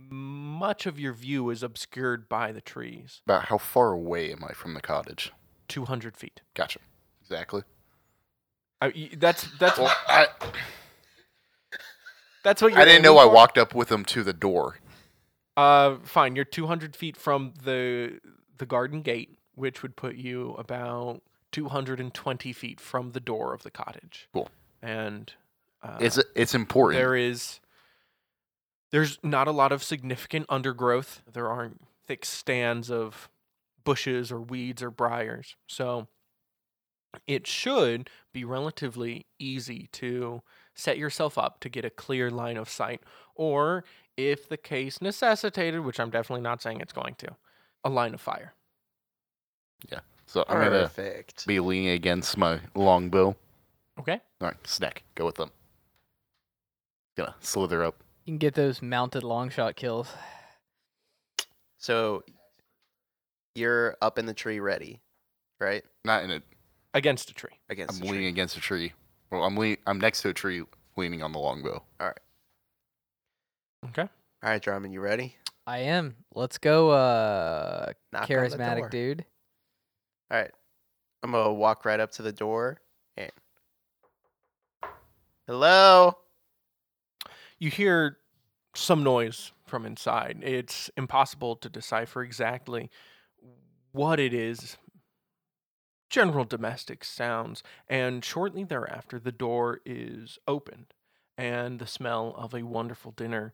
much of your view is obscured by the trees.
About how far away am I from the cottage?
200 feet.
Gotcha. Exactly.
I, y- that's that's
<laughs>
Well, I,
that's what you're
I didn't know I
aiming for?
walked up with them to the door.
Uh, fine. You're 200 feet from the the garden gate, which would put you about 220 feet from the door of the cottage.
Cool.
And uh,
It's it's important.
there is there's not a lot of significant undergrowth. There aren't thick stands of bushes or weeds or briars. So it should be relatively easy to set yourself up to get a clear line of sight or if the case necessitated, which I'm definitely not saying it's going to, a line of fire.
so I'm gonna
Perfect.
be leaning against my longbow.
Okay?
All right, snack. Go with them. Gonna slither up.
You can get those mounted long shot kills.
So you're up in the tree ready, right?
Not in it.
Against a tree.
Against
I'm
the
leaning
tree.
against a tree. Well, I'm le- I'm next to a tree, leaning on the longbow.
Okay?
All right, Drummond, you ready?
I am. Let's go, uh,
Knock on the door.
charismatic dude.
All right. I'm going to walk right up to the door and. Hello?
You hear some noise from inside. It's impossible to decipher exactly what it is. General domestic sounds. And shortly thereafter, the door is opened, and the smell of a wonderful dinner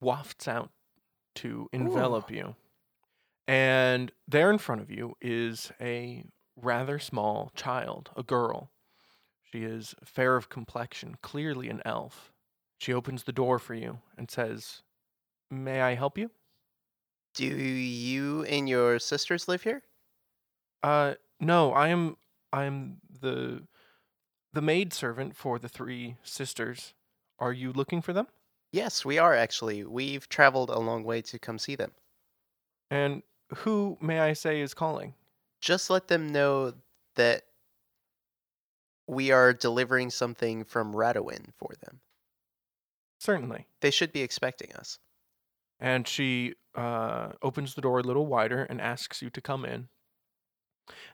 wafts out to envelop you. And there in front of you is a rather small child, a girl. She is fair of complexion, clearly an elf. She opens the door for you and says, May I help you?
Do you and your sisters live here?
Uh no, I am I am the the maid servant for the three sisters. Are you looking for them?
Yes, we are actually. We've traveled a long way to come see them.
And who may I say is calling?
Just let them know that we are delivering something from Radowin for them.
Certainly.
They should be expecting us.
And she uh, opens the door a little wider and asks you to come in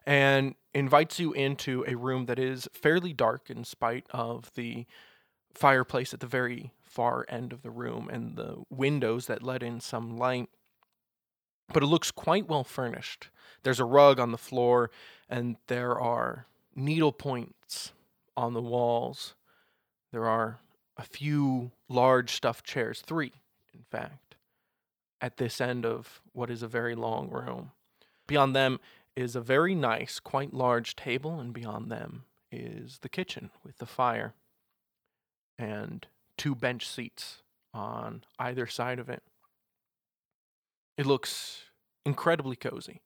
and invites you into a room that is fairly dark in spite of the fireplace at the very far end of the room and the windows that let in some light. But it looks quite well furnished. There's a rug on the floor, and there are needle points on the walls. There are a few large stuffed chairs, three, in fact at this end of what is a very long room. Beyond them is a very nice, quite large table, and beyond them is the kitchen with the fire and two bench seats on either side of it. It looks incredibly cozy,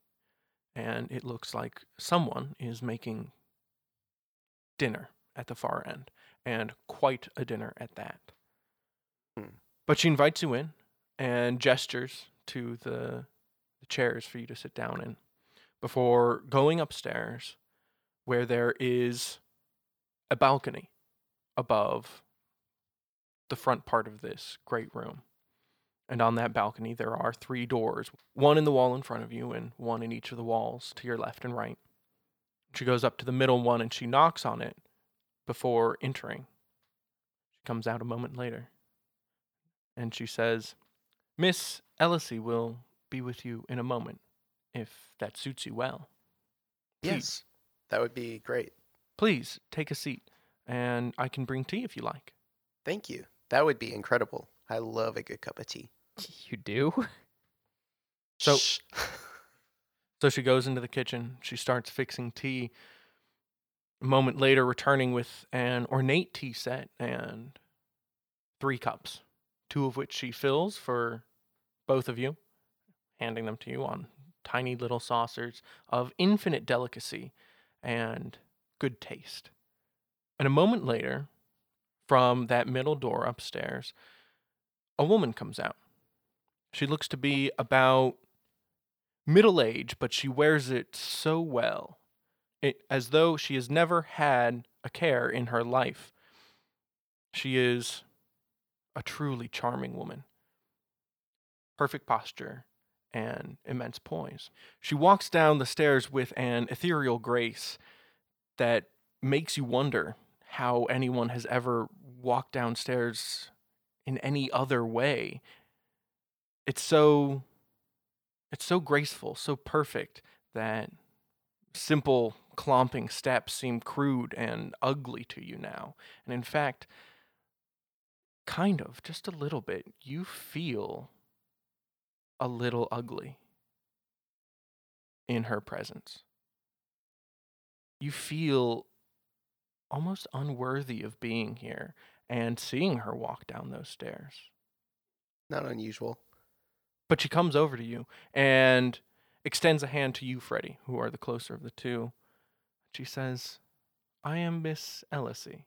and it looks like someone is making dinner at the far end, and quite a dinner at that.
Hmm.
But she invites you in and gestures to the, the chairs for you to sit down in before going upstairs where there is a balcony above the front part of this great room. And on that balcony, there are three doors one in the wall in front of you, and one in each of the walls to your left and right. She goes up to the middle one and she knocks on it before entering. She comes out a moment later and she says, Miss Ellisy will be with you in a moment, if that suits you well. Please.
Yes, that would be great.
Please take a seat, and I can bring tea if you like.
Thank you. That would be incredible. I love a good cup of tea.
<laughs> You do?
So-
Shh. <laughs>
So she goes into the kitchen. She starts fixing tea. A moment later, returning with an ornate tea set and three cups, two of which she fills for both of you, handing them to you on tiny little saucers of infinite delicacy and good taste. And a moment later, from that middle door upstairs, a woman comes out. She looks to be about middle age, but she wears it so well, it, as though she has never had a care in her life. She is a truly charming woman. Perfect posture and immense poise. She walks down the stairs with an ethereal grace that makes you wonder how anyone has ever walked downstairs in any other way. It's so it's so graceful, so perfect that simple clomping steps seem crude and ugly to you now. And in fact, kind of, just a little bit, you feel a little ugly in her presence. You feel almost unworthy of being here and seeing her walk down those stairs
Not unusual.
but she comes over to you and extends a hand to you, Freddy, who are the closer of the two. She says, I am Miss Ellisy.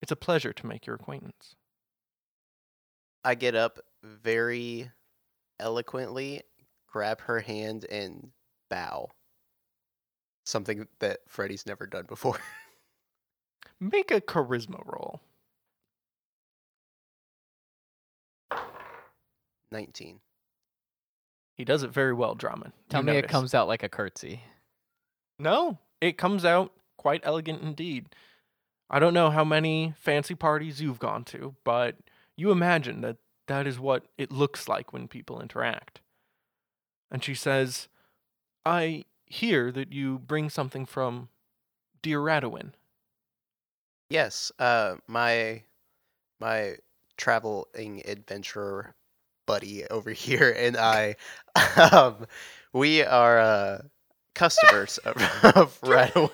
It's a pleasure to make your acquaintance.
I get up very eloquently, grab her hand, and bow. Something that Freddy's never done before. <laughs>
Make a charisma roll.
19.
He does it very well, Drummond. You
<laughs> Tell me it
notice.
comes out like a curtsy.
No, it comes out quite elegant indeed. I don't know how many fancy parties you've gone to, but you imagine that that is what it looks like when people interact. And she says, I hear that you bring something from Dear Radowin.
Yes, uh, my my traveling adventurer buddy over <laughs> here and I, um, we are uh, customers of, of <laughs> Redwin.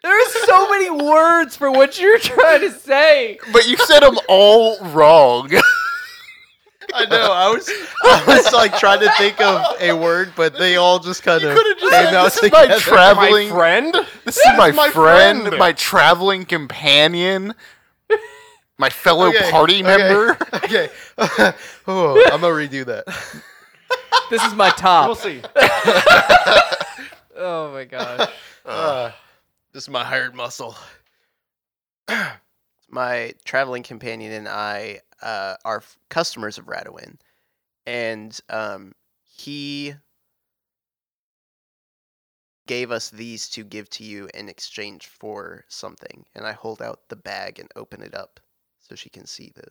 There are so many words for what you're <laughs> trying to say.
But you said them all wrong.
I know. I was <laughs> I was like trying to think of <laughs> a word, but they all just kind of came
<laughs>
out
this is my
together.
traveling.
friend?
this is my, friend, my traveling companion, my fellow
Okay,
party
okay.
member.
Okay, <laughs> oh, I'm gonna redo that. <laughs>
This is my
We'll
top.
see.
<laughs> Oh my gosh.
Uh, this is my hired muscle. <clears throat> my traveling companion and I uh, are f- customers of Radowin, and um, he gave us these to give to you in exchange for something. And I hold out the bag and open it up so she can see the.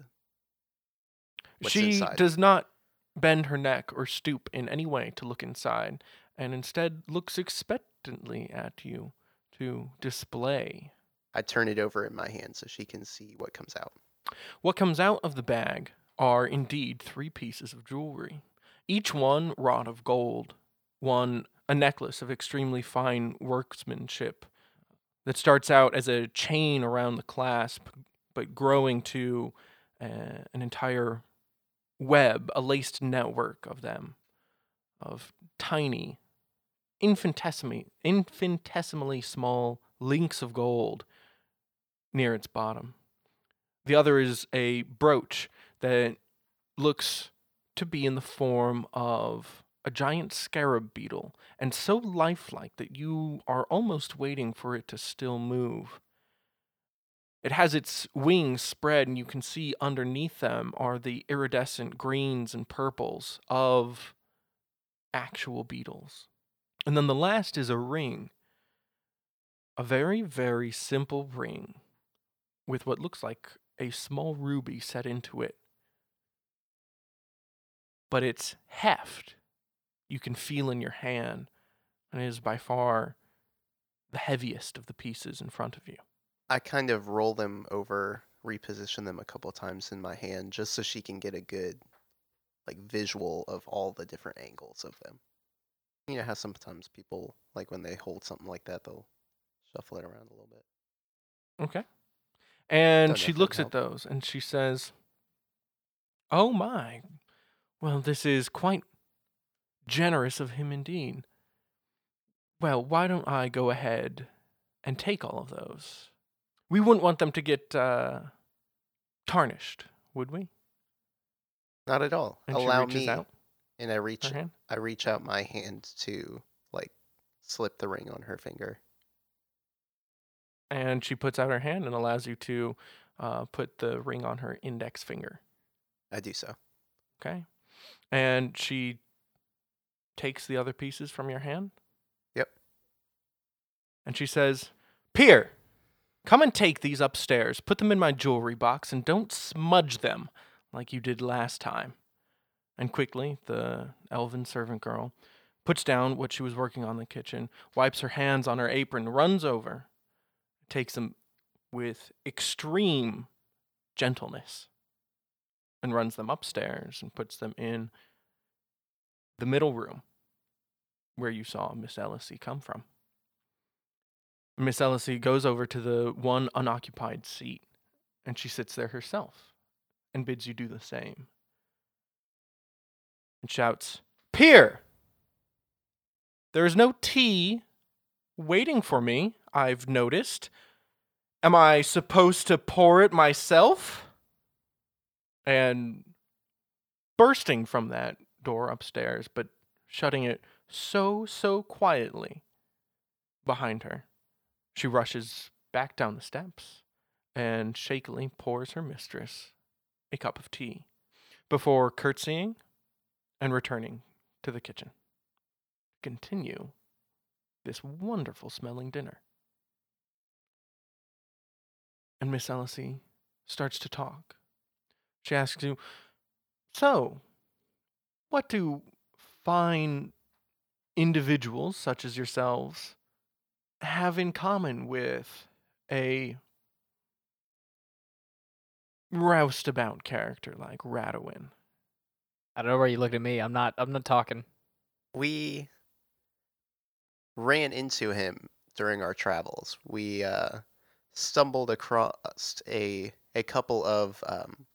What's
she
inside?
does not bend her neck or stoop in any way to look inside, and instead looks expectantly at you to display
I turn it over in my hand so she can see what comes out.
What comes out of the bag are indeed three pieces of jewelry, each one wrought of gold, one a necklace of extremely fine workmanship that starts out as a chain around the clasp, but growing to uh, an entire web, a laced network of them, of tiny, infinitesimally, infinitesimally small links of gold near its bottom. The other is a brooch that looks to be in the form of a giant scarab beetle and so lifelike that you are almost waiting for it to still move. It has its wings spread, and you can see underneath them are the iridescent greens and purples of actual beetles. And then the last is a ring. A very, very simple ring with what looks like a small ruby set into it. But its heft you can feel in your hand, and it is by far the heaviest of the pieces in front of you.
I kind of roll them over, reposition them a couple times in my hand just so she can get a good like visual of all the different angles of them. You know how sometimes people like when they hold something like that they'll shuffle it around a little bit.
Okay. And
Don't
she
know if it
looks at
would
those and she says, Oh my, well, this is quite generous of him indeed. Well, why don't I go ahead and take all of those? We wouldn't want them to get uh, tarnished, would we?
Not at all.
And
Allow
she reaches
me
out
and I
her
reach
hand.
I reach out my hand to like slip the ring on her finger.
And she puts out her hand and allows you to uh, put the ring on her index finger.
I do so.
Okay. And she takes the other pieces from your hand.
Yep.
And she says, Pier, come and take these upstairs. Put them in my jewelry box and don't smudge them like you did last time. And quickly, the elven servant girl puts down what she was working on in the kitchen, wipes her hands on her apron, runs over, takes them with extreme gentleness, and runs them upstairs and puts them in the middle room where you saw Miss Ellisy come from. Miss Ellisy goes over to the one unoccupied seat and she sits there herself and bids you do the same and shouts, Pier! There is no tea waiting for me, I've noticed. Am I supposed to pour it myself? And bursting from that door upstairs, but shutting it so, so quietly behind her. She rushes back down the steps and shakily pours her mistress a cup of tea before curtsying and returning to the kitchen. Continue this wonderful smelling dinner. And Miss Ellisy starts to talk. She asks you, So, what do fine individuals such as yourselves have in common with a roustabout character like Radowin?
I don't know where you looked at me. I'm not. I'm not talking.
we ran into him during our travels. We uh, stumbled across a a couple of um,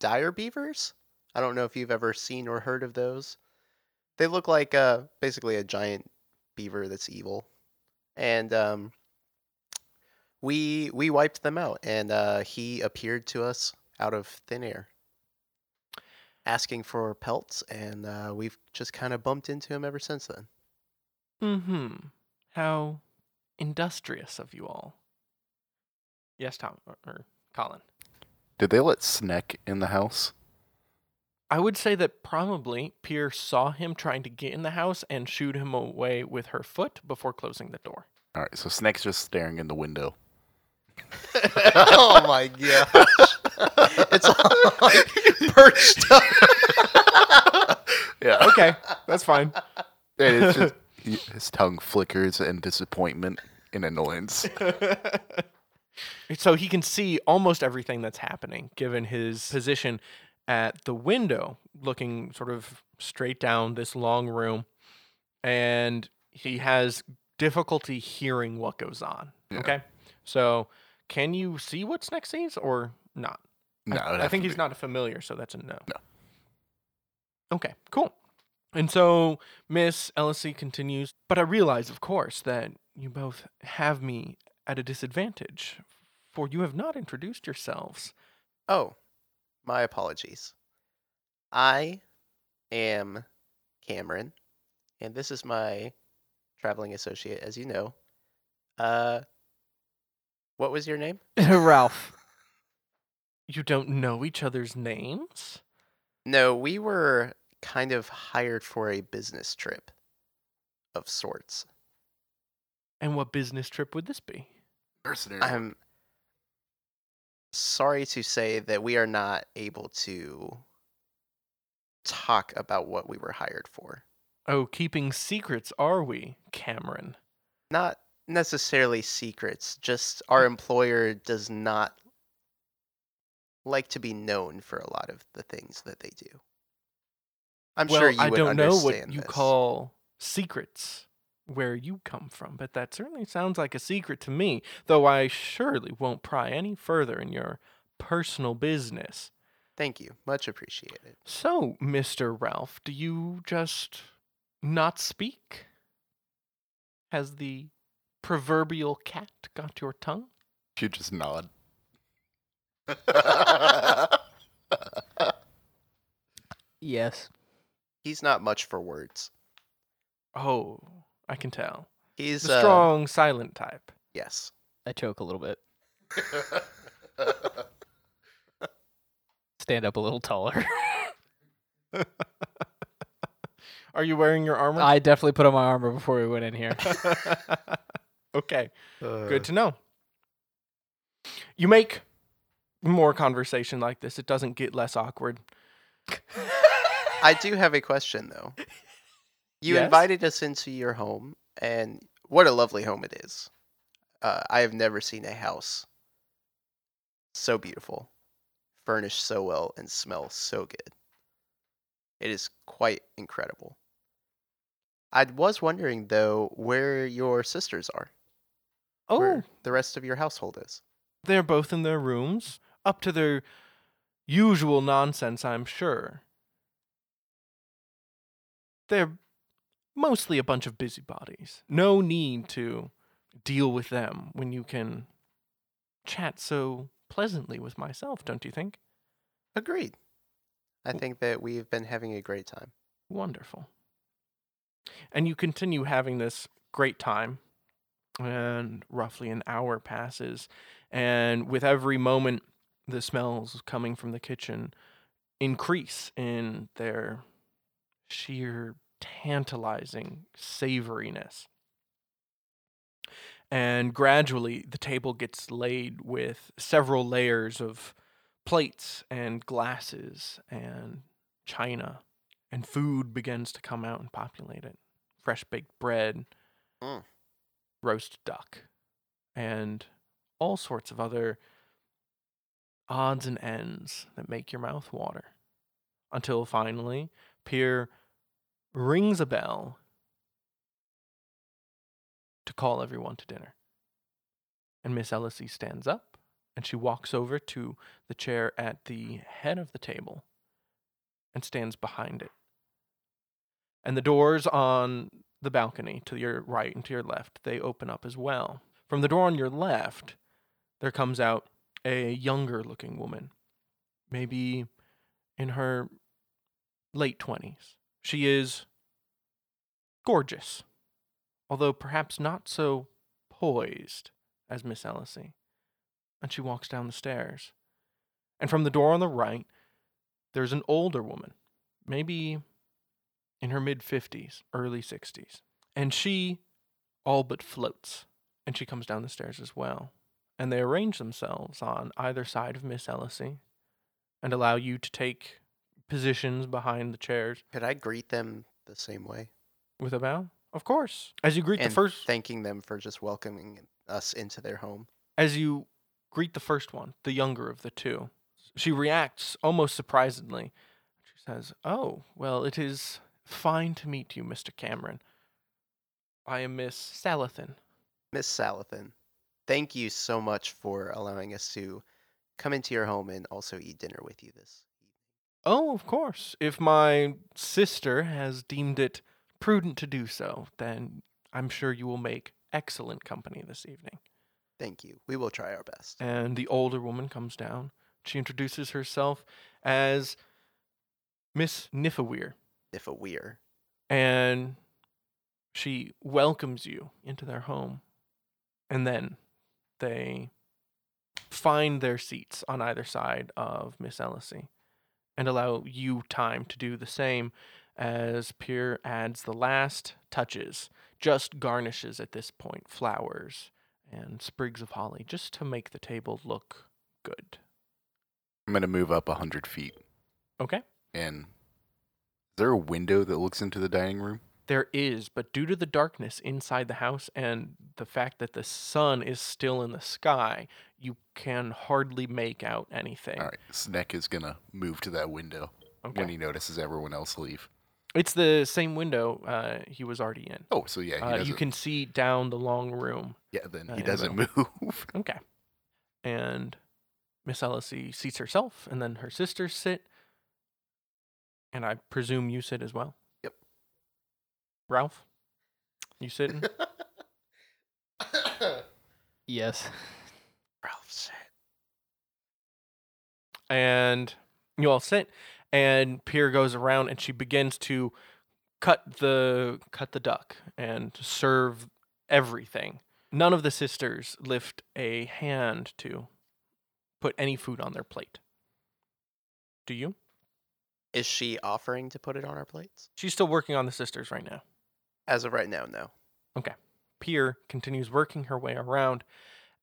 dire beavers. I don't know if you've ever seen or heard of those. They look like uh, basically a giant beaver that's evil, and um, we we wiped them out, and uh, he appeared to us out of thin air asking for pelts, and uh, we've just kind of bumped into him ever since then.
Mm-hmm. How industrious of you all. Yes, Tom or, or Colin.
Did they let Sneck in the house?
I would say that probably Pierce saw him trying to get in the house and shooed him away with her foot before closing the door.
All right, so Sneck's just staring in the window.
<laughs> oh my gosh. It's all like perched up.
Yeah,
Okay, that's fine.
<laughs> and it's just his tongue flickers in disappointment and annoyance.
So he can see almost everything that's happening, given his position at the window, looking sort of straight down this long room. And he has difficulty hearing what goes on.
Yeah.
Okay. So can you see what's next to these or not?
No,
I, I think he's not a familiar, so that's a no. Okay, cool. And so Miss Ellisy continues, but I realize, of course, that you both have me at a disadvantage, for you have not introduced yourselves.
<laughs> Oh, my apologies. I am Cameron, and this is my traveling associate, as you know. Uh, what was your name?
<laughs> Ralph.
You don't know each other's names?
No, we were kind of hired for a business trip of sorts.
And what business trip would this be?
Mercenary.
I'm sorry to say that we are not able to talk about what we were hired for.
Oh, keeping secrets, are we, Cameron?
Not necessarily secrets, just our
Mm.
employer does not like to be known for a lot of the things that they do. I'm
well,
sure you
I
would
don't know what
understand
you
this.
call secrets where you come from, but that certainly sounds like a secret to me, though I surely won't pry any further in your personal business.
Thank you. Much appreciated.
So, Mr. Ralph, do you just not speak? Has the proverbial cat got your tongue?
You just <laughs> nod.
Yes.
He's not much for words.
Oh, I can tell.
He's
The
uh,
strong, silent type.
Yes.
I choke a little bit. Stand up a little <laughs> taller.
Are you wearing your armor?
I definitely put on my armor before we went in here.
<laughs> okay. Good to know. You make more conversation like this. It doesn't get less awkward.
I do have a question though. You
Yes?
invited us into your home, and what a lovely home it is. Uh, I have never seen a house so beautiful, furnished so well, and smells so good. It is quite incredible. I was wondering though where your sisters are,
Oh,
where the rest of your household is.
they're both in their rooms, up to their usual nonsense, I'm sure. They're mostly a bunch of busybodies. No need to deal with them when you can chat so pleasantly with myself, don't you think?
Agreed. I
W-
think that we've been having a great time.
Wonderful. And you continue having this great time. And roughly an hour passes. And with every moment, the smells coming from the kitchen increase in their sheer tantalizing savoriness. And gradually, the table gets laid with several layers of plates and glasses and china and food begins to come out and populate it. Fresh baked bread,
Mm.
roast duck, and all sorts of other odds and ends that make your mouth water. Until finally, Pierre rings a bell to call everyone to dinner. And Miss Ellisy stands up and she walks over to the chair at the head of the table and stands behind it. And the doors on the balcony to your right and to your left, they open up as well. From the door on your left, there comes out a younger looking woman, maybe in her late 20s. She is gorgeous, although perhaps not so poised as Miss Ellisy. And she walks down the stairs. And from the door on the right, there's an older woman, maybe in her mid 50s, early 60s, and she all but floats, and she comes down the stairs as well. And they arrange themselves on either side of Miss Ellisy and allow you to take positions behind the chairs
Could I greet them the same way?
with a bow. Of course. As you greet
and
the first
thanking them for just welcoming us into their home.
as you greet the first one, the younger of the two. She reacts almost surprisingly. She says, Oh, well, it is fine to meet you, Mr. Cameron. I am Miss Salathan.
Miss Salathan, thank you so much for allowing us to come into your home and also eat dinner with you this
Oh, of course. If my sister has deemed it prudent to do so, then I'm sure you will make excellent company this evening.
Thank you. We will try our best.
And the older woman comes down. She introduces herself as Miss Nifawir,
If
<laughs>
a weir.
and she welcomes you into their home. And then they find their seats on either side of Miss Ellisy and allow you time to do the same as Pierre adds the last touches, just garnishes at this point, flowers and sprigs of holly, just to make the table look good.
I'm gonna move up a hundred feet.
Okay?
And is there a window that looks into the dining room?
There is, but due to the darkness inside the house and the fact that the sun is still in the sky, you can hardly make out anything.
All right, Sneck is gonna move to that window
Okay.
when he notices everyone else leave.
It's the same window uh, he was already in.
Oh, so yeah, he
Uh,
doesn't.
you can see down the long room.
yeah, then
uh,
he
in the
doesn't move. <laughs>
Okay. And Miss Ellisy seats herself, and then her sisters sit. And I presume you sit as well?
Yep.
Ralph? You sitting?
Yes.
Ralph said.
and you all sit and Pierre goes around and she begins to cut the cut the duck and serve everything. None of the sisters lift a hand to put any food on their plate. Do you?
Is she offering to put it on our plates?
She's still working on the sisters right now.
As of right now, no.
Pierre continues working her way around,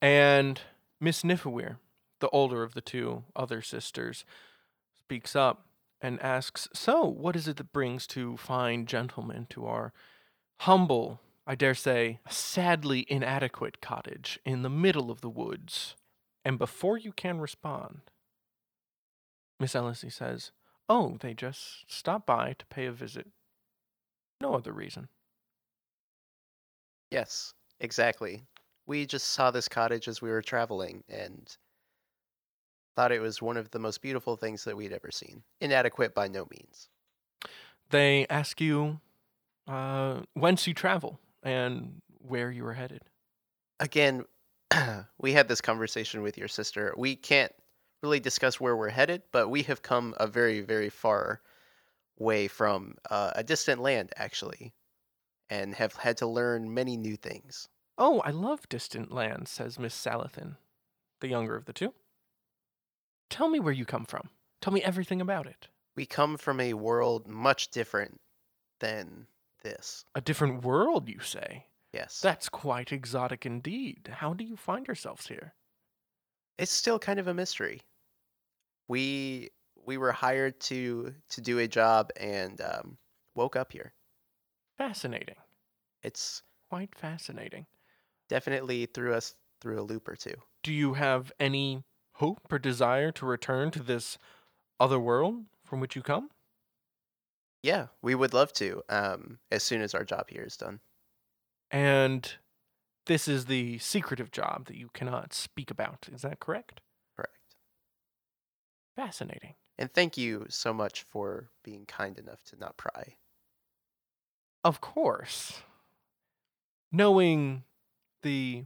and Miss Nifawir, the older of the two other sisters, speaks up and asks, So, what is it that brings two fine gentlemen to our humble, I dare say, sadly inadequate cottage in the middle of the woods? And before you can respond, Miss Ellisy says, Oh, they just stopped by to pay a visit. No other reason.
Yes, exactly. We just saw this cottage as we were traveling and thought it was one of the most beautiful things that we'd ever seen. Inadequate by no means.
they ask you uh, whence you travel and where you are headed.
Again, <clears throat> we had this conversation with your sister. We can't really discuss where we're headed, but we have come a very, very far way from uh, a distant land, actually, and have had to learn many new things.
Oh, I love distant lands, says Miss Salathan, the younger of the two. Tell me where you come from. Tell me everything about it.
We come from a world much different than this.
A different world, you say?
Yes.
That's quite exotic indeed. How do you find yourselves here?
it's still kind of a mystery. We we were hired to to do a job and um, woke up here.
Fascinating.
It's
Quite fascinating.
definitely threw us through a loop or two.
Do you have any hope or desire to return to this other world from which you come?
Yeah, we would love to. Um, as soon as our job here is done.
And this is the secretive job that you cannot speak about. Is that correct?
Correct.
Fascinating.
And thank you so much for being kind enough to not pry.
Of course, knowing the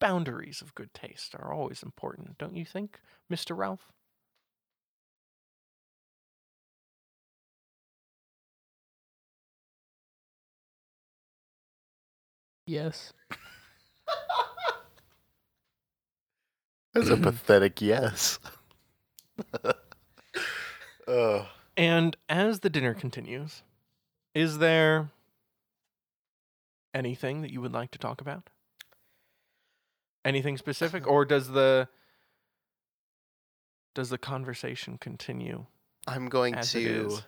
boundaries of good taste are always important, don't you think, Mr. Ralph?
Yes.
That's
<clears throat>
a pathetic yes. <laughs> Oh,
And as the dinner continues, is there anything that you would like to talk about? Anything specific or does the does the conversation continue
I'm going
as it
to <laughs>
is?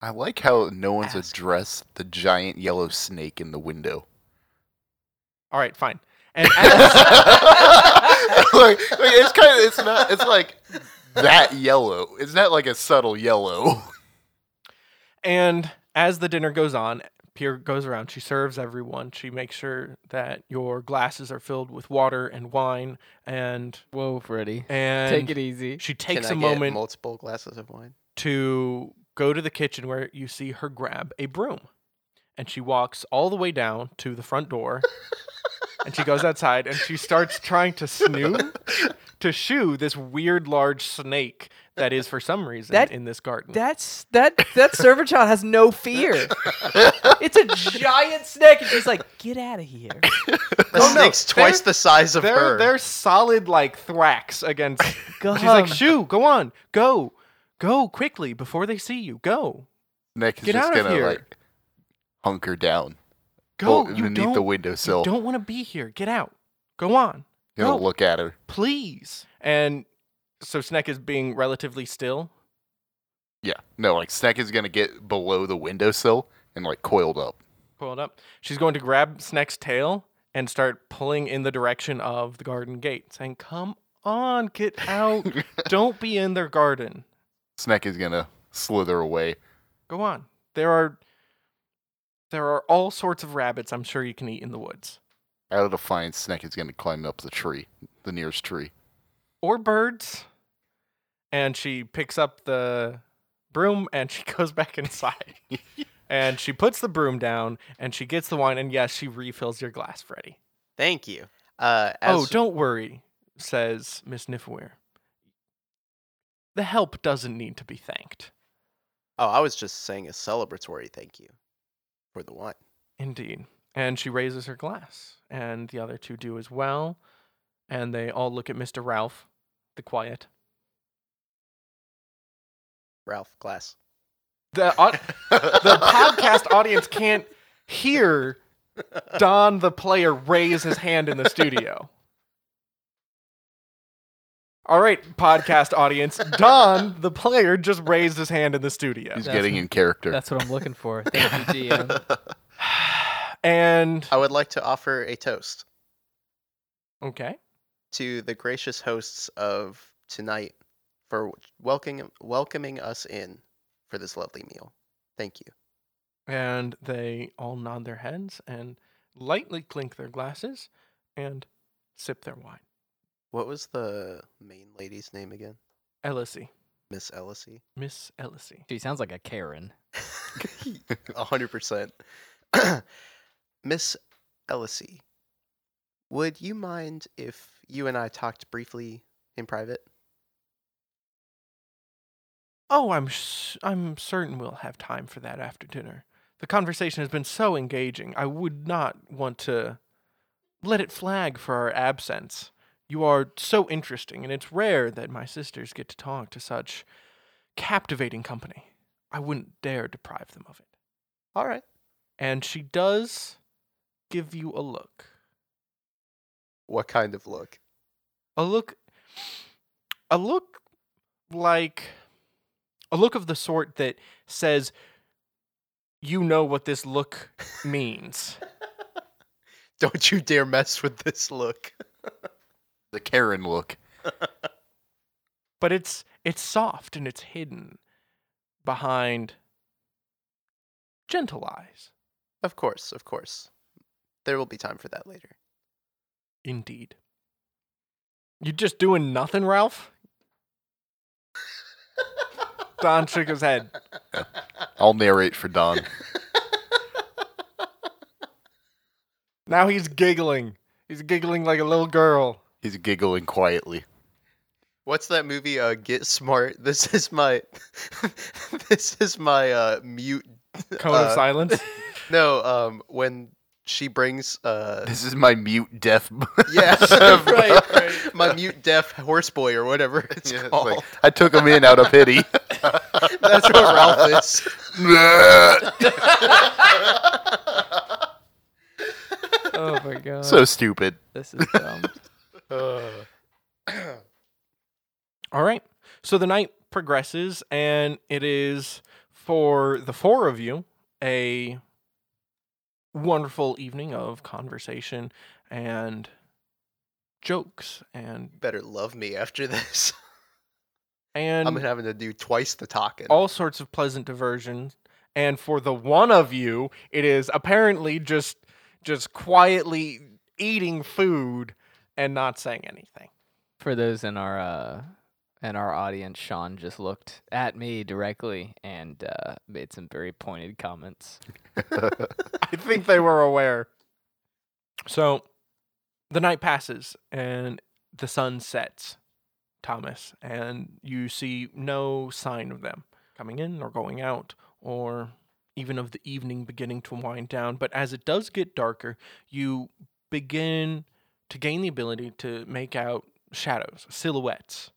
I like how no one's
Ask.
addressed the giant yellow snake in the window.
<laughs>
All right, fine. And as
like, like, it's kind of it's not it's like that yellow. It's not like a subtle yellow. <laughs>
And as the dinner goes on, Pierre goes around. She serves everyone. She makes sure that your glasses are filled with water and wine. And
Whoa, Freddy.
and
Take it easy.
she <laughs> takes
Can
a
I get
moment
multiple glasses
<laughs>
of wine.
to go to the kitchen where you see her grab a broom. And she walks all the way down to the front door. and she goes outside and she starts trying to
<laughs>
snoo to shoo this weird large snake that is for some reason
That-
in this garden.
That's that that <laughs> server child has no fear. It's a giant snake, and she's like, "Get out of <laughs> here!"
The
Oh, no,
snake's twice
they're-
the size of
they're
her.
they're solid like thracks
<laughs>
against
Go
She's
Uh-huh.
like, "Shoo, go on. Go. Go quickly before they see you. Go.
Nick is
Get
just
out of
gonna
here.
like hunker down
Go.
well,
you
underneath
don't,
the
you
windowsill.
don't want to be here. Get out. Go on.
He'll
go.
look at her.
Please." And so Sneck is being relatively still.
Yeah. No, like Snack is gonna get below the windowsill and like coiled up.
coiled up. She's going to grab Snake's tail and start pulling in the direction of the garden gate, saying, Come on, get
<laughs>
out. Don't be in their garden.
Snack is gonna slither away.
Go on. There are there are all sorts of rabbits I'm sure you can eat in the woods.
Out of the find, Snack is gonna climb up the tree, the nearest tree.
Or birds. And she picks up the broom and she <laughs> goes back inside. and she puts the broom down and she gets the wine and yes, she refills your glass, Freddy.
Thank you. Uh, as,
oh, don't worry, says Miss Niffware. The help doesn't need to be thanked.
oh, I was just saying a celebratory thank you for the wine.
Indeed. And she raises her glass, and the other two do as well. And they all look at Mr. Ralph, the quiet.
Ralph Glass.
The, au-
<laughs>
the podcast audience can't hear Don, the player, raise his hand in the studio. All right, podcast audience. Don, the player, just raised his hand in the studio.
He's
That's-
getting in character.
That's what I'm looking for. Thank you, <laughs> GM.
And
I would like to offer a toast
okay.
to the gracious hosts of tonight for welcoming welcoming us in for this lovely meal. Thank you.
And they all nod their heads and lightly clink their glasses and sip their wine.
What was the main lady's name again?
Ellisie,
Miss Ellisy. <laughs>
Miss Ellisie.
She sounds like a Karen.
A hundred percent. <coughs> Miss Ellisy, would you mind if you and I talked briefly in private?
Oh, I'm s I'm certain we'll have time for that after dinner. The conversation has been so engaging. I would not want to let it flag for our absence. You are so interesting, and it's rare that my sisters get to talk to such captivating company. I wouldn't dare deprive them of it.
All right.
And she does give you a look.
What kind of look? <laughs>
a look a look like a look of the sort that says you know what this look means
Don't you dare mess with this look.
<laughs>
<laughs>
the Karen look.
but it's it's soft and it's hidden behind gentle eyes
Of course, of course. There will be time for that later.
indeed you just doing nothing ralph don shook his head
I'll narrate for Don.
now he's giggling he's giggling like a little girl
He's giggling quietly.
What's that movie? Uh, Get Smart. <laughs> This is my, this is my uh mute.
cone of
Uh,
silence
No, um, when she brings
<laughs>
uh,
This is my mute <laughs> deaf.
yeah,
Right,
right.
<laughs> my mute deaf horse boy or whatever
<laughs>
it's
Yeah, it's
called.
like, I took him in out of <laughs> pity.
<laughs> That's what Ralph
<laughs>
is.
Oh <laughs> my god,
so stupid.
this is dumb.
All right. So the night progresses, and it is for the four of you a wonderful evening of conversation and jokes and
better love me after this.
and
I'm having to do twice the talking.
all sorts of pleasant diversions. And for the one of you, it is apparently just just quietly eating food and not saying anything.
For those in our uh, in our audience, Sean just looked at me directly and uh, made some very pointed comments.
I think they were aware. So the night passes and the sun sets, Thomas, and you see no sign of them coming in or going out or even of the evening beginning to wind down. But as it does get darker, you begin to gain the ability to make out shadows, silhouettes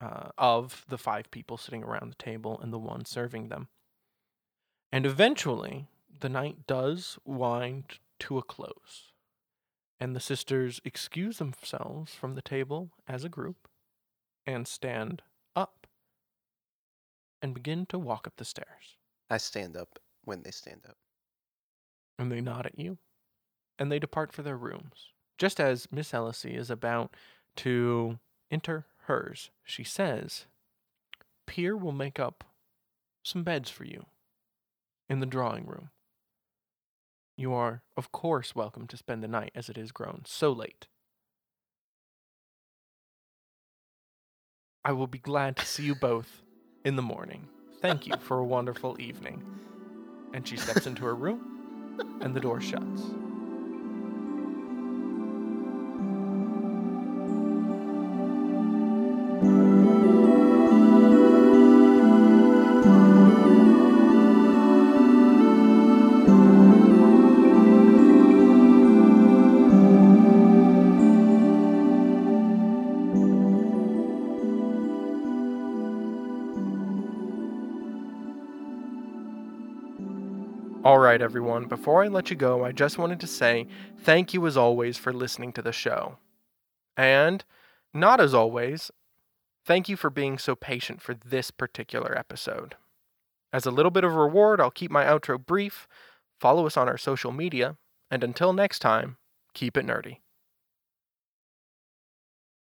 uh, of the five people sitting around the table and the one serving them. And eventually, the night does wind to a close, and the sisters excuse themselves from the table as a group and stand up and begin to walk up the stairs.
I stand up when they stand up.
And they nod at you and they depart for their rooms. Just as Miss Ellisy is about to enter hers, she says, Pier will make up some beds for you in the drawing room. You are, of course, welcome to spend the night as it is grown so late. I will be glad to see you both in the morning. Thank you for a wonderful evening. And she steps into her room, and the door shuts. All right, everyone, before I let you go, I just wanted to say thank you as always for listening to the show. And, not as always, thank you for being so patient for this particular episode. As a little bit of reward, I'll keep my outro brief, follow us on our social media, and until next time, keep it nerdy.